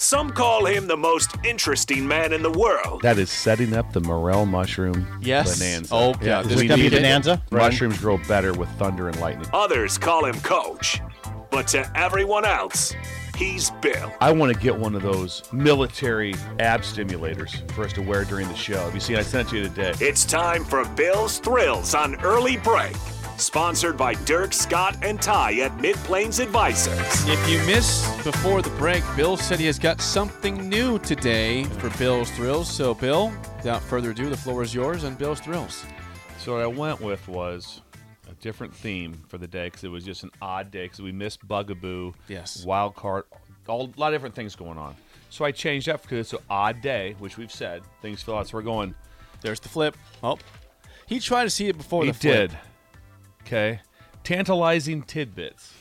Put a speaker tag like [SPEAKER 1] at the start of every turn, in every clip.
[SPEAKER 1] Some call him the most interesting man in the world.
[SPEAKER 2] That is setting up the morel mushroom
[SPEAKER 3] Yes.
[SPEAKER 2] bonanza.
[SPEAKER 3] Oh, yeah. This
[SPEAKER 2] we
[SPEAKER 3] is gonna be
[SPEAKER 2] need it.
[SPEAKER 4] bonanza?
[SPEAKER 2] Mushrooms grow better with thunder and lightning.
[SPEAKER 1] Others call him coach. But to everyone else, he's Bill.
[SPEAKER 2] I want to get one of those military ab stimulators for us to wear during the show. Have you seen? I sent it to you today.
[SPEAKER 1] It's time for Bill's Thrills on Early Break, sponsored by Dirk, Scott, and Ty at Mid Plains Advisors.
[SPEAKER 3] If you missed before the break, Bill said he has got something new today for Bill's Thrills. So, Bill, without further ado, the floor is yours on Bill's Thrills.
[SPEAKER 2] So what I went with was a different theme for the day because it was just an odd day because we missed Bugaboo,
[SPEAKER 3] Yes.
[SPEAKER 2] Wild Card, all, a lot of different things going on. So I changed up because it's an odd day, which we've said things fill out. So we're going.
[SPEAKER 3] There's the flip. Oh, he tried to see it before
[SPEAKER 2] he
[SPEAKER 3] the flip.
[SPEAKER 2] did. Okay, tantalizing tidbits.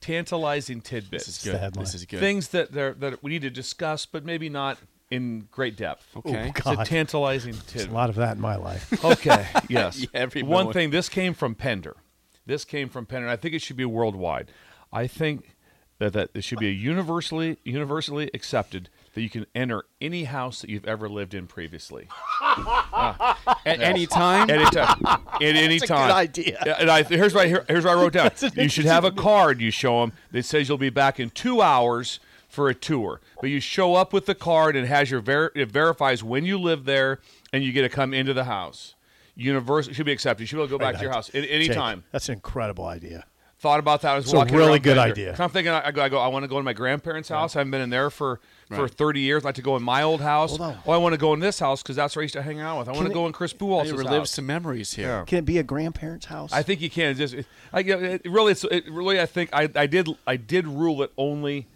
[SPEAKER 2] Tantalizing tidbits.
[SPEAKER 3] This is good.
[SPEAKER 4] headline.
[SPEAKER 3] This is good.
[SPEAKER 2] Things that they're, that we need to discuss, but maybe not in great depth.
[SPEAKER 3] okay.
[SPEAKER 2] It's a
[SPEAKER 4] God.
[SPEAKER 2] tantalizing tidbit.
[SPEAKER 4] A lot of that in my life.
[SPEAKER 2] Okay. Yes.
[SPEAKER 3] Yeah, every
[SPEAKER 2] One
[SPEAKER 3] moment.
[SPEAKER 2] thing. This came from Pender. This came from Pender. and I think it should be worldwide. I think that that it should be universally universally accepted that you can enter any house that you've ever lived in previously.
[SPEAKER 3] At any
[SPEAKER 2] At
[SPEAKER 3] time.
[SPEAKER 2] any time. At any
[SPEAKER 4] good
[SPEAKER 2] time.
[SPEAKER 4] idea.
[SPEAKER 2] Yeah, And I, here's what I, here- here's what I wrote down. You should have a card you show them that says you'll be back in two hours for a tour. But you show up with the card and it has your ver- it verifies when you live there and you get to come into the house. Universal should be accepted. You should be able to go back to your house at any
[SPEAKER 4] Jake,
[SPEAKER 2] time.
[SPEAKER 4] That's an incredible idea.
[SPEAKER 2] Thought about that. I was
[SPEAKER 4] a
[SPEAKER 2] walking
[SPEAKER 4] really
[SPEAKER 2] around
[SPEAKER 4] good
[SPEAKER 2] Bangor.
[SPEAKER 4] idea.
[SPEAKER 2] 'Cause I'm thinking, I I go, I, go, I want to go to my grandparents' house. I haven't been in there for, for 30 years. I'd like to go in my old house.
[SPEAKER 4] Hold on.
[SPEAKER 2] Oh, I want to go in this house because that's where I used to hang out with. I want to
[SPEAKER 4] it-
[SPEAKER 2] go in Chris
[SPEAKER 3] He
[SPEAKER 2] Buwalt's
[SPEAKER 3] relives
[SPEAKER 2] house.
[SPEAKER 3] some memories here.
[SPEAKER 4] Can it be a grandparent's house?
[SPEAKER 2] I think you can. It's just, I, you know, it really, it's, it really, I think I, I did, I did rule it only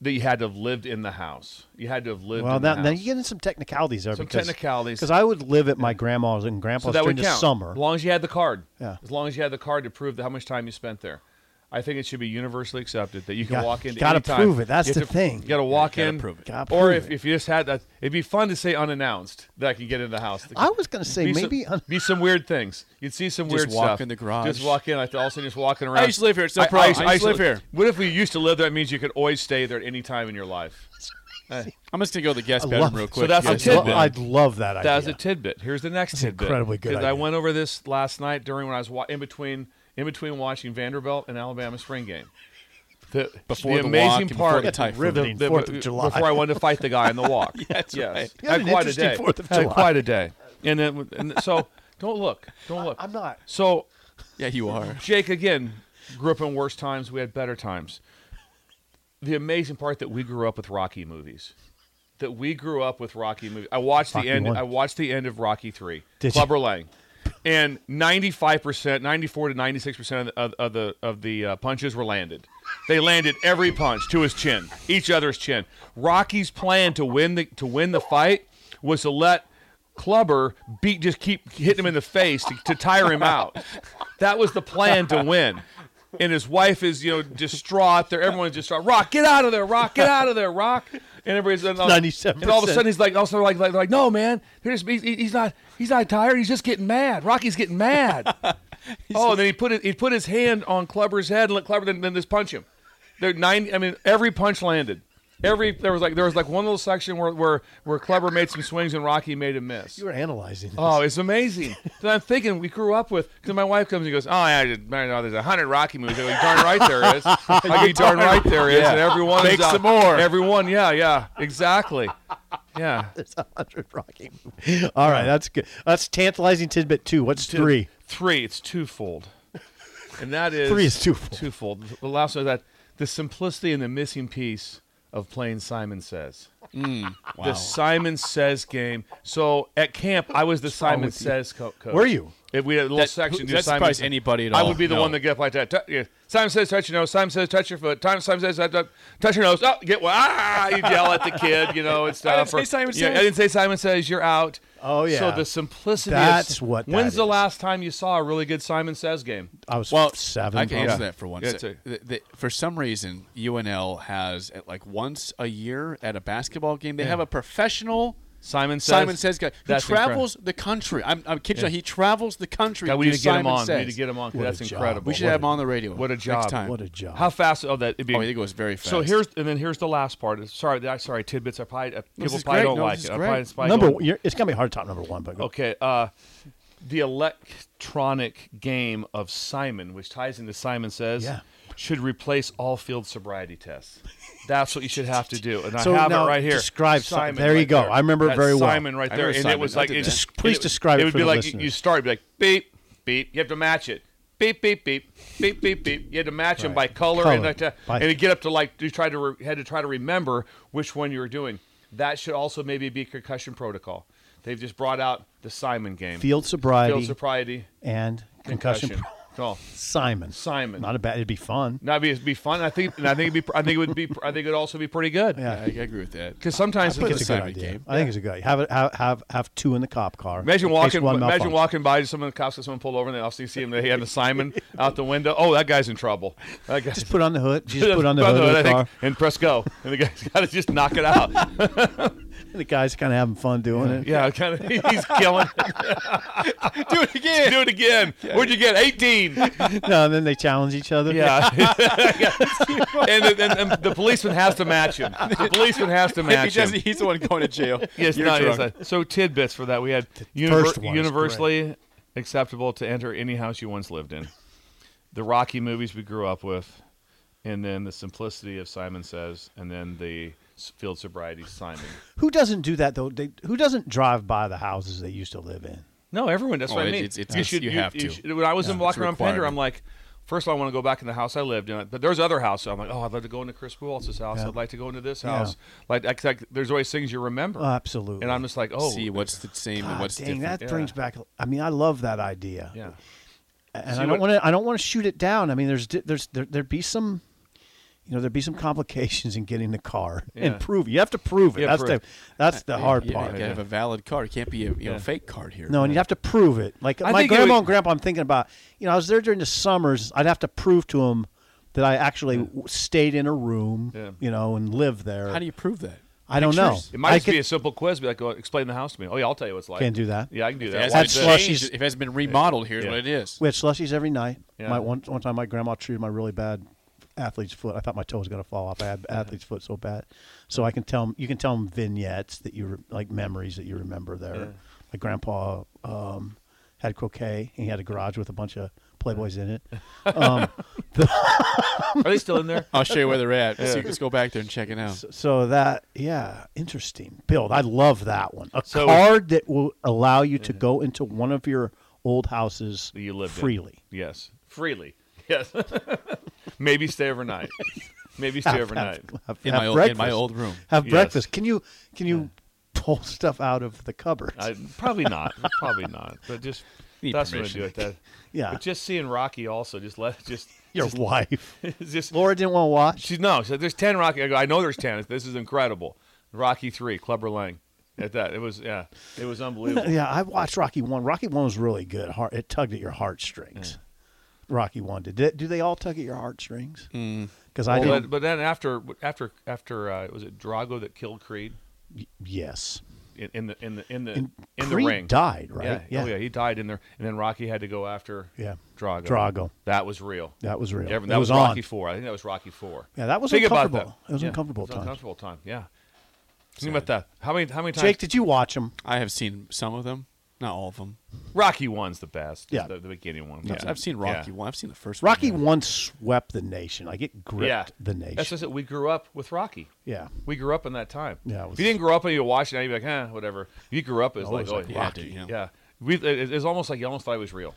[SPEAKER 2] that you had to have lived in the house. You had to have lived.
[SPEAKER 4] Well,
[SPEAKER 2] in
[SPEAKER 4] now,
[SPEAKER 2] the
[SPEAKER 4] now
[SPEAKER 2] house.
[SPEAKER 4] you get into some technicalities there.
[SPEAKER 2] Some
[SPEAKER 4] because,
[SPEAKER 2] technicalities.
[SPEAKER 4] Because I would live at my grandma's and grandpa's
[SPEAKER 2] so that
[SPEAKER 4] during
[SPEAKER 2] would
[SPEAKER 4] the
[SPEAKER 2] count.
[SPEAKER 4] summer.
[SPEAKER 2] As long as you had the card.
[SPEAKER 4] Yeah.
[SPEAKER 2] As long as you had the card to prove how much time you spent there. I think it should be universally accepted that you can
[SPEAKER 4] got-
[SPEAKER 2] walk into.
[SPEAKER 4] you gotta
[SPEAKER 2] any time.
[SPEAKER 4] prove it. That's
[SPEAKER 2] You have
[SPEAKER 4] the thing.
[SPEAKER 2] You got to walk
[SPEAKER 3] gotta
[SPEAKER 2] in.
[SPEAKER 3] prove it.
[SPEAKER 4] Gotta
[SPEAKER 2] Or
[SPEAKER 4] prove
[SPEAKER 2] if,
[SPEAKER 4] it.
[SPEAKER 2] if you just had that, it'd be fun to say unannounced that I can get in the house.
[SPEAKER 4] I was gonna say
[SPEAKER 2] Be some-
[SPEAKER 4] maybe un-
[SPEAKER 2] be some weird things. You'd see some
[SPEAKER 3] Just
[SPEAKER 2] weird
[SPEAKER 3] walk
[SPEAKER 2] stuff.
[SPEAKER 3] in the garage.
[SPEAKER 2] Just walk in. I all of a sudden just walking around.
[SPEAKER 3] used to live here. It's no problem. I used to live here.
[SPEAKER 2] What if we used to live there? That means you could always stay there at any time in your life.
[SPEAKER 3] I'm just going to go to the guest
[SPEAKER 4] I
[SPEAKER 3] bedroom
[SPEAKER 4] love
[SPEAKER 3] real
[SPEAKER 4] it. So
[SPEAKER 3] quick.
[SPEAKER 2] that's a
[SPEAKER 3] Yes.
[SPEAKER 4] I'd, lo-
[SPEAKER 2] tidbit.
[SPEAKER 4] I'd love that idea.
[SPEAKER 2] That was a tidbit. Here's the next tidbit.
[SPEAKER 4] incredibly good
[SPEAKER 2] 'Cause I
[SPEAKER 4] idea.
[SPEAKER 2] went over this last night during when I was wa- in between in between watching Vanderbilt and Alabama spring game. The,
[SPEAKER 3] Before the walk
[SPEAKER 2] amazing
[SPEAKER 3] and before
[SPEAKER 2] part
[SPEAKER 3] the typhoon.
[SPEAKER 4] Riveting Fourth of July.
[SPEAKER 2] before I wanted to fight the guy on the walk.
[SPEAKER 3] that's
[SPEAKER 2] yes.
[SPEAKER 3] right.
[SPEAKER 4] You
[SPEAKER 2] Had
[SPEAKER 4] had an
[SPEAKER 2] quite a
[SPEAKER 4] interesting
[SPEAKER 2] day.
[SPEAKER 4] Fourth of
[SPEAKER 2] Had
[SPEAKER 4] July.
[SPEAKER 2] quite a day. And then and so don't look. Don't look.
[SPEAKER 4] I'm not.
[SPEAKER 2] So
[SPEAKER 3] Yeah, you are.
[SPEAKER 2] Jake again grew up in worse times. We had better times. The amazing part that we grew up with Rocky movies. That we grew up with Rocky movies. I watched
[SPEAKER 4] Rocky
[SPEAKER 2] the end.
[SPEAKER 4] one.
[SPEAKER 2] I watched the end of Rocky three.
[SPEAKER 4] Did you?
[SPEAKER 2] Clubber Lang, and ninety five percent, ninety four to ninety six percent of the of the of the uh, punches were landed. They landed every punch to his chin, each other's chin. Rocky's plan to win the to win the fight was to let Clubber beat just keep hitting him in the face to, to tire him out. That was the plan to win. And his wife is, you know, distraught. There, everyone's distraught. Rock, get out of there. Rock, get out of there. Rock. And everybody's and all, And all of a
[SPEAKER 4] 97%.
[SPEAKER 2] sudden, he's like, also like, like, like, no, man. They're just, he's, he's not, he's not tired. He's just getting mad. Rocky's getting mad. oh, and then he put it, he put his hand on Clubber's head and let Clubber then, then just punch him. There nine. I mean, every punch landed. Every there was like there was like one little section where where where Clubber made some swings and Rocky made a miss.
[SPEAKER 4] You were analyzing. This.
[SPEAKER 2] Oh, it's amazing. so I'm thinking we grew up with because my wife comes and goes, "Oh, yeah, just, man, no, there's a hundred Rocky movies." I go, "You darn right there is. Like, you darn right there is." And everyone
[SPEAKER 3] Make
[SPEAKER 2] is out-
[SPEAKER 3] some more.
[SPEAKER 2] Everyone, yeah, yeah, exactly. Yeah,
[SPEAKER 4] There's a hundred Rocky. movies. All right, that's good. That's tantalizing tidbit two. What's three?
[SPEAKER 2] three. It's twofold, and that is
[SPEAKER 4] Three is twofold.
[SPEAKER 2] Twofold. The last one is that the simplicity and the missing piece of playing Simon Says.
[SPEAKER 3] Mm.
[SPEAKER 2] The Simon Says game. So at camp, I was the Simon Says co- coach.
[SPEAKER 4] Were you?
[SPEAKER 2] If we had a little
[SPEAKER 3] That-
[SPEAKER 2] section,
[SPEAKER 3] who-
[SPEAKER 2] do
[SPEAKER 3] that
[SPEAKER 2] Simon
[SPEAKER 3] surprised
[SPEAKER 2] says-
[SPEAKER 3] anybody at
[SPEAKER 2] I
[SPEAKER 3] all.
[SPEAKER 2] would be the
[SPEAKER 3] No.
[SPEAKER 2] one that get up like that. Tu- yeah. Simon says touch your nose. Simon says touch your foot. Time Simon says touch, touch your nose. Oh, get one. Ah, you yell at the kid, you know, and stuff.
[SPEAKER 3] say Simon
[SPEAKER 2] yeah,
[SPEAKER 3] says.
[SPEAKER 2] I didn't say Simon says. You're out.
[SPEAKER 4] Oh, yeah.
[SPEAKER 2] So the simplicity.
[SPEAKER 4] That's
[SPEAKER 2] is,
[SPEAKER 4] what that
[SPEAKER 2] When's the
[SPEAKER 4] is.
[SPEAKER 2] last time you saw a really good Simon Says game?
[SPEAKER 4] I was seven.
[SPEAKER 3] I can
[SPEAKER 4] probably.
[SPEAKER 3] answer that for one
[SPEAKER 2] Yeah,
[SPEAKER 3] sec.
[SPEAKER 2] it's a-
[SPEAKER 3] The- the- for some reason, UNL has at like once a year at a basketball game they have a professional
[SPEAKER 2] Simon Says.
[SPEAKER 3] Simon Says guy who
[SPEAKER 2] That's incredible.
[SPEAKER 3] travels the country. I'm, I'm kidding. you not. He travels the country.
[SPEAKER 2] God, we
[SPEAKER 3] do
[SPEAKER 2] need to get
[SPEAKER 3] Simon
[SPEAKER 2] him on.
[SPEAKER 3] Says.
[SPEAKER 2] We need to get him on 'cause
[SPEAKER 4] What a
[SPEAKER 2] that's
[SPEAKER 4] job.
[SPEAKER 2] incredible.
[SPEAKER 3] We should have him on the radio.
[SPEAKER 2] What a
[SPEAKER 3] next
[SPEAKER 2] job.
[SPEAKER 3] time.
[SPEAKER 4] What a job.
[SPEAKER 2] How fast? Oh, that it'd be.
[SPEAKER 3] Oh, I think it goes very
[SPEAKER 2] So
[SPEAKER 3] fast.
[SPEAKER 2] here's and then here's the last part. It's- Sorry, I sorry tidbits. I probably uh, people
[SPEAKER 3] is
[SPEAKER 2] probably
[SPEAKER 3] great.
[SPEAKER 2] don't
[SPEAKER 3] No,
[SPEAKER 2] like
[SPEAKER 3] this
[SPEAKER 2] it.
[SPEAKER 3] is
[SPEAKER 2] I
[SPEAKER 3] great.
[SPEAKER 2] probably, it's probably
[SPEAKER 4] number
[SPEAKER 2] don't-
[SPEAKER 4] one, you're- it's gonna be hard top number one, but go.
[SPEAKER 2] Okay. Uh, the electronic game of Simon, which ties into Simon Says,
[SPEAKER 4] Yeah.
[SPEAKER 2] should replace all field sobriety tests. That's what you should have to do. And
[SPEAKER 4] So
[SPEAKER 2] I have
[SPEAKER 4] now
[SPEAKER 2] it right here.
[SPEAKER 4] describe Si- there you
[SPEAKER 2] right
[SPEAKER 4] go. I remember it
[SPEAKER 2] That's
[SPEAKER 4] very well.
[SPEAKER 2] Simon right
[SPEAKER 3] I
[SPEAKER 2] there.
[SPEAKER 3] remember
[SPEAKER 2] And it
[SPEAKER 3] Simon.
[SPEAKER 2] was
[SPEAKER 3] I
[SPEAKER 2] like,
[SPEAKER 3] did
[SPEAKER 2] it,
[SPEAKER 3] that. Just
[SPEAKER 2] and
[SPEAKER 4] please
[SPEAKER 2] it-
[SPEAKER 4] describe it
[SPEAKER 2] would
[SPEAKER 4] for
[SPEAKER 2] be
[SPEAKER 4] the
[SPEAKER 2] like you-
[SPEAKER 4] listeners.
[SPEAKER 2] you start, it'd be like beep, beep. You have to match it. Beep, beep, beep. Beep, beep, beep. You had to match them by
[SPEAKER 4] Right.
[SPEAKER 2] color,
[SPEAKER 4] Color.
[SPEAKER 2] and like to,
[SPEAKER 4] By-
[SPEAKER 2] and you get up to like you try to re, had to try to remember which one you were doing. That should also maybe be concussion protocol. They've just brought out the Simon game.
[SPEAKER 4] Field sobriety
[SPEAKER 2] Field sobriety.
[SPEAKER 4] and concussion.
[SPEAKER 2] Concussion. Oh,
[SPEAKER 4] Simon.
[SPEAKER 2] Simon.
[SPEAKER 4] Not a bad. It'd be fun.
[SPEAKER 2] that'd be, it'd be fun. I think. And I think it'd be. I think it would be. I think it'd also be pretty good.
[SPEAKER 4] Yeah.
[SPEAKER 3] I, I agree with that.
[SPEAKER 2] Because sometimes
[SPEAKER 4] I think it's a good
[SPEAKER 3] Simon
[SPEAKER 4] idea.
[SPEAKER 3] game.
[SPEAKER 4] I think it's a good. Have it. Have have, have two in the cop car.
[SPEAKER 2] Imagine
[SPEAKER 4] in case
[SPEAKER 2] walking.
[SPEAKER 4] one
[SPEAKER 2] Imagine
[SPEAKER 4] malfunctions.
[SPEAKER 2] walking by to someone. The cops. Someone pulled over, and they obviously see him. They had a Simon out the window. Oh, that guy's in trouble. That guy.
[SPEAKER 4] Just put on the hood. Just put on the hood of
[SPEAKER 2] I
[SPEAKER 4] the
[SPEAKER 2] think,
[SPEAKER 4] car.
[SPEAKER 2] and press go. And the guy's got to just knock it out.
[SPEAKER 4] The guy's kind of having fun doing it.
[SPEAKER 2] Yeah, kind of. He's killing. it. Do it again. Do it again. Where'd you get? Eighteen.
[SPEAKER 4] No, and then they challenge each other.
[SPEAKER 2] Yeah. and, then- and, and the policeman has to match him. The policeman has to match
[SPEAKER 3] He does,
[SPEAKER 2] him.
[SPEAKER 3] he's the one going to jail.
[SPEAKER 2] Yes,
[SPEAKER 3] You're
[SPEAKER 2] not, yes,
[SPEAKER 3] drunk.
[SPEAKER 2] uh, so tidbits for that. We had
[SPEAKER 4] first
[SPEAKER 2] univer-
[SPEAKER 4] one is
[SPEAKER 2] universally acceptable to enter any house you once lived in. The Rocky movies we grew up with, and then the simplicity of Simon Says, and then the s- field sobriety Simon.
[SPEAKER 4] Who doesn't do that though? They, who doesn't drive by the houses they used to live in?
[SPEAKER 2] No, everyone. That's
[SPEAKER 3] Oh,
[SPEAKER 2] what I
[SPEAKER 3] it-
[SPEAKER 2] mean.
[SPEAKER 3] it's- it's- it's- you have to.
[SPEAKER 2] should- when I was in walking
[SPEAKER 3] a
[SPEAKER 2] around Pender,
[SPEAKER 3] requirement.
[SPEAKER 2] I'm like, first of all, I want to go back in the house I lived in, but there's other houses. I'm like, oh, I'd like to go into Chris Waltz's house.
[SPEAKER 4] Yeah.
[SPEAKER 2] I'd like to go into this
[SPEAKER 4] Yeah.
[SPEAKER 2] house. Like, I- like, there's always things you remember.
[SPEAKER 4] Oh, absolutely.
[SPEAKER 2] And I'm just like, oh,
[SPEAKER 3] See what's the same
[SPEAKER 4] God,
[SPEAKER 3] and what's
[SPEAKER 4] dang,
[SPEAKER 3] different.
[SPEAKER 4] that
[SPEAKER 2] Yeah.
[SPEAKER 4] brings back. I mean, I love that idea.
[SPEAKER 2] yeah.
[SPEAKER 4] and
[SPEAKER 2] See
[SPEAKER 4] I don't
[SPEAKER 2] what-
[SPEAKER 4] want to. I don't want to shoot it down. I mean, there's di- there's there there'd be some, you know, there'd be some complications in getting the car
[SPEAKER 2] Yeah.
[SPEAKER 4] and prove. You have to prove it.
[SPEAKER 2] Yeah,
[SPEAKER 4] that's
[SPEAKER 2] prove.
[SPEAKER 4] the that's the hard
[SPEAKER 3] You know, you
[SPEAKER 4] part.
[SPEAKER 3] gotta have a valid card. It can't be a you know, fake card here.
[SPEAKER 4] No, and you have to prove it. Like
[SPEAKER 2] I
[SPEAKER 4] my
[SPEAKER 2] think it
[SPEAKER 4] grandma
[SPEAKER 2] would-
[SPEAKER 4] and grandpa, I'm thinking about. You know, I was there during the summers. I'd have to prove to them that I actually w stayed in a room.
[SPEAKER 2] Yeah.
[SPEAKER 4] You know, and lived there.
[SPEAKER 3] How do you prove that?
[SPEAKER 4] I don't know.
[SPEAKER 3] Pictures?
[SPEAKER 2] It might
[SPEAKER 4] I
[SPEAKER 2] just
[SPEAKER 4] could-
[SPEAKER 2] be a simple quiz. Be like, oh, explain the house to me. Oh yeah, I'll tell you what it's like.
[SPEAKER 4] Can't do that.
[SPEAKER 2] Yeah, I can do
[SPEAKER 3] If
[SPEAKER 2] that.
[SPEAKER 3] it
[SPEAKER 2] Why
[SPEAKER 4] That's
[SPEAKER 2] is
[SPEAKER 3] hasn't been
[SPEAKER 2] that?
[SPEAKER 4] slushy.
[SPEAKER 3] changed, If it has been remodeled, here's
[SPEAKER 2] Yeah.
[SPEAKER 3] what it is.
[SPEAKER 4] We had slushies every night.
[SPEAKER 2] Yeah.
[SPEAKER 4] My one one time, my grandma treated my really bad athlete's foot. I thought my toe was gonna fall off. I had athlete's foot so bad. So I can tell 'em- you can tell them vignettes that you re, like memories that you remember there. My grandpa um, had croquet. He had a garage with a bunch of playboys in it. Um,
[SPEAKER 2] Are they still in there?
[SPEAKER 3] I'll show you where they're at. So you just go back there and check it out.
[SPEAKER 4] so that yeah, interesting build. I love that one. A
[SPEAKER 2] So- Mm-hmm.
[SPEAKER 4] card that will allow you to go into one of your old houses
[SPEAKER 2] That you lived in.
[SPEAKER 4] freely.
[SPEAKER 2] Yes, freely. Yes. Maybe stay overnight. Maybe stay overnight.
[SPEAKER 4] Have-
[SPEAKER 3] In
[SPEAKER 4] have
[SPEAKER 3] my, old, in my
[SPEAKER 4] breakfast.
[SPEAKER 3] old room.
[SPEAKER 4] have
[SPEAKER 2] Yes.
[SPEAKER 4] breakfast. Can you can you pull stuff out of the cupboard?
[SPEAKER 2] I, probably not. Probably not. But just
[SPEAKER 3] Need
[SPEAKER 2] that's what I
[SPEAKER 3] permission.
[SPEAKER 2] do at that.
[SPEAKER 4] Yeah.
[SPEAKER 2] But just seeing Rocky also just let just
[SPEAKER 4] Your wife,
[SPEAKER 2] just
[SPEAKER 4] Laura, didn't want to watch.
[SPEAKER 2] she's no. She said, there's ten Rocky. I go. I know there's ten. This is incredible. Rocky three. Clubber Lang. At that, it was yeah. It was unbelievable.
[SPEAKER 4] Yeah, I watched Rocky One. Rocky One was really good. Heart, it tugged at your heartstrings. Rocky One did. Did- Do they all tug at your heartstrings? Because I
[SPEAKER 2] Mm. Well, but,
[SPEAKER 4] did.
[SPEAKER 2] but then after after after uh, was it Drago that killed Creed?
[SPEAKER 4] yes,
[SPEAKER 2] in, in the in the in the
[SPEAKER 4] And
[SPEAKER 2] in
[SPEAKER 4] Creed
[SPEAKER 2] the ring.
[SPEAKER 4] died, right?
[SPEAKER 2] Yeah. Oh
[SPEAKER 4] Yeah.
[SPEAKER 2] yeah, he died in there, and then Rocky had to go after
[SPEAKER 4] Yeah.
[SPEAKER 2] Drago.
[SPEAKER 4] Drago.
[SPEAKER 2] That was real.
[SPEAKER 4] that was real.
[SPEAKER 2] Everyone-
[SPEAKER 4] It
[SPEAKER 2] that was,
[SPEAKER 4] on.
[SPEAKER 2] Rocky Four. I think that was Rocky Four.
[SPEAKER 4] Yeah, that was
[SPEAKER 2] Think about
[SPEAKER 4] uncomfortable.
[SPEAKER 2] that.
[SPEAKER 4] It was
[SPEAKER 2] Yeah,
[SPEAKER 4] uncomfortable
[SPEAKER 2] it was
[SPEAKER 4] times.
[SPEAKER 2] Uncomfortable time. Yeah. Think about that. How many how many times?
[SPEAKER 4] Jake, did you watch him?
[SPEAKER 3] I have seen some of them, not all of them.
[SPEAKER 2] Rocky One's the best.
[SPEAKER 4] Yeah.
[SPEAKER 2] The, the beginning one.
[SPEAKER 3] I've-
[SPEAKER 2] Yeah.
[SPEAKER 3] I've seen Rocky
[SPEAKER 2] Yeah.
[SPEAKER 3] one. I've seen the first
[SPEAKER 4] Rocky
[SPEAKER 3] one.
[SPEAKER 4] One swept the nation. Like it gripped
[SPEAKER 2] Yeah.
[SPEAKER 4] the nation.
[SPEAKER 2] That's just it. We grew up with Rocky.
[SPEAKER 4] yeah.
[SPEAKER 2] We grew up in that time.
[SPEAKER 4] Yeah, it
[SPEAKER 2] if
[SPEAKER 4] was-
[SPEAKER 2] you didn't grow up and you watch it, now you'd be like, eh, whatever. You grew up as
[SPEAKER 4] No, it
[SPEAKER 2] like,
[SPEAKER 4] was
[SPEAKER 2] oh,
[SPEAKER 4] like
[SPEAKER 2] yeah,
[SPEAKER 3] Rocky.
[SPEAKER 2] dude, yeah. We, it, it's almost like you almost thought it was real.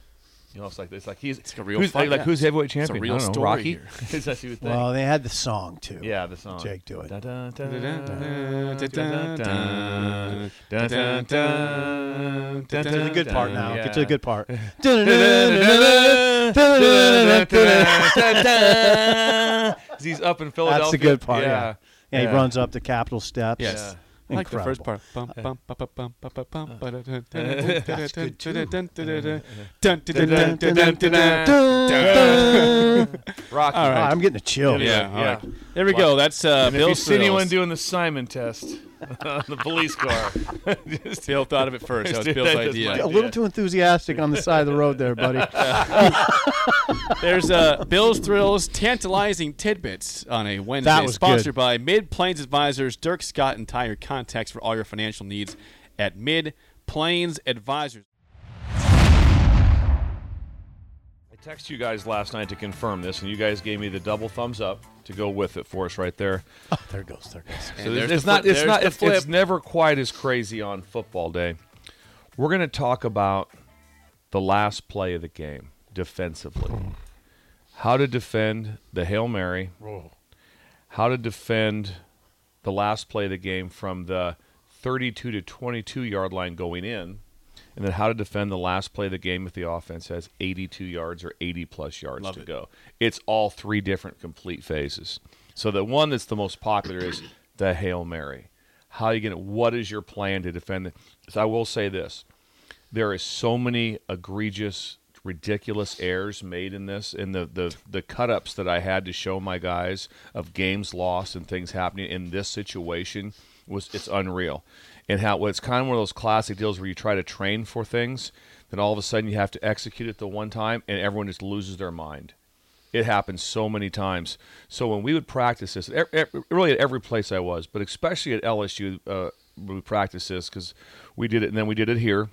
[SPEAKER 2] You know, it's like it's like he's it's
[SPEAKER 3] a real
[SPEAKER 2] who's,
[SPEAKER 3] fight,
[SPEAKER 2] like
[SPEAKER 3] yeah.
[SPEAKER 2] who's heavyweight
[SPEAKER 3] a
[SPEAKER 2] champion?
[SPEAKER 3] real
[SPEAKER 2] I don't know,
[SPEAKER 3] story
[SPEAKER 2] Rocky.
[SPEAKER 3] here.
[SPEAKER 2] It's that you would think.
[SPEAKER 4] Well, they had the song too.
[SPEAKER 2] yeah, the song.
[SPEAKER 4] Jake, do it.
[SPEAKER 2] Da, da, da,
[SPEAKER 4] Get to the good part now. Get to the good part.
[SPEAKER 2] He's up in Philadelphia.
[SPEAKER 4] That's the good part. Yeah.
[SPEAKER 2] Yeah.
[SPEAKER 4] Yeah, he
[SPEAKER 2] Yeah.
[SPEAKER 4] runs up the Capitol steps.
[SPEAKER 2] Yes.
[SPEAKER 3] I like the first
[SPEAKER 4] Incredible.
[SPEAKER 3] part. Bum, bum, ba, ba, bum, ba, ba, bum, ba, da, da, da, da, da, da,
[SPEAKER 4] That's good,
[SPEAKER 3] da,
[SPEAKER 4] too.
[SPEAKER 3] da, da, da, da, da, dun, da, da, da,
[SPEAKER 4] Dun,
[SPEAKER 3] da,
[SPEAKER 4] dun,
[SPEAKER 3] da,
[SPEAKER 4] dun,
[SPEAKER 3] da,
[SPEAKER 4] dun,
[SPEAKER 3] da.
[SPEAKER 4] dun, dun.
[SPEAKER 2] Rocky.
[SPEAKER 4] All right, I'm getting a chill.
[SPEAKER 3] Yeah, all
[SPEAKER 2] Yeah.
[SPEAKER 3] right. There we go. That's uh,
[SPEAKER 2] If you
[SPEAKER 3] Bill
[SPEAKER 2] see anyone
[SPEAKER 3] Thrills.
[SPEAKER 2] doing the Simon test on the police car, just
[SPEAKER 3] Bill thought of it first. That was
[SPEAKER 2] Dude,
[SPEAKER 3] Bill's
[SPEAKER 2] that is
[SPEAKER 4] A
[SPEAKER 3] idea.
[SPEAKER 2] my-
[SPEAKER 4] little too enthusiastic on the side of the road there, buddy.
[SPEAKER 3] There's uh, Bill's Thrills tantalizing tidbits on a Wednesday.
[SPEAKER 4] That was
[SPEAKER 3] sponsored
[SPEAKER 4] good.
[SPEAKER 3] by Mid Plains Advisors, Dirk Scott, and Ty, your contacts for all your financial needs at Mid Plains Advisors.
[SPEAKER 2] I texted you guys last night to confirm this, and you guys gave me the double thumbs up to go with it for us right there.
[SPEAKER 4] there it goes. There it goes.
[SPEAKER 2] So
[SPEAKER 3] And
[SPEAKER 2] there's-
[SPEAKER 3] there's
[SPEAKER 2] it's
[SPEAKER 3] the
[SPEAKER 2] not.
[SPEAKER 3] flip-
[SPEAKER 2] It's not.
[SPEAKER 3] there's
[SPEAKER 2] It's,
[SPEAKER 3] the
[SPEAKER 2] it's never quite as crazy on football day. We're going to talk about the last play of the game defensively. How to defend the hail mary. How to defend the last play of the game from the 32 to 22 yard line going in, and then how to defend the last play of the game if the offense has 82 yards or 80 plus yards to go. It's all three different complete phases. So the one that's the most popular is the hail mary. How are you going to? What is your plan to defend it? So I will say this: there is so many egregious ridiculous errors made in this and the, the the cut-ups that i had to show my guys of games lost and things happening in this situation was it's unreal and how it's kind of one of those classic deals where you try to train for things then all of a sudden you have to execute it the one time and everyone just loses their mind it happens so many times. So when we would practice this, e- e- really at every place I was, but especially at LSU, uh, we would practice this because we did it, and then we did it here.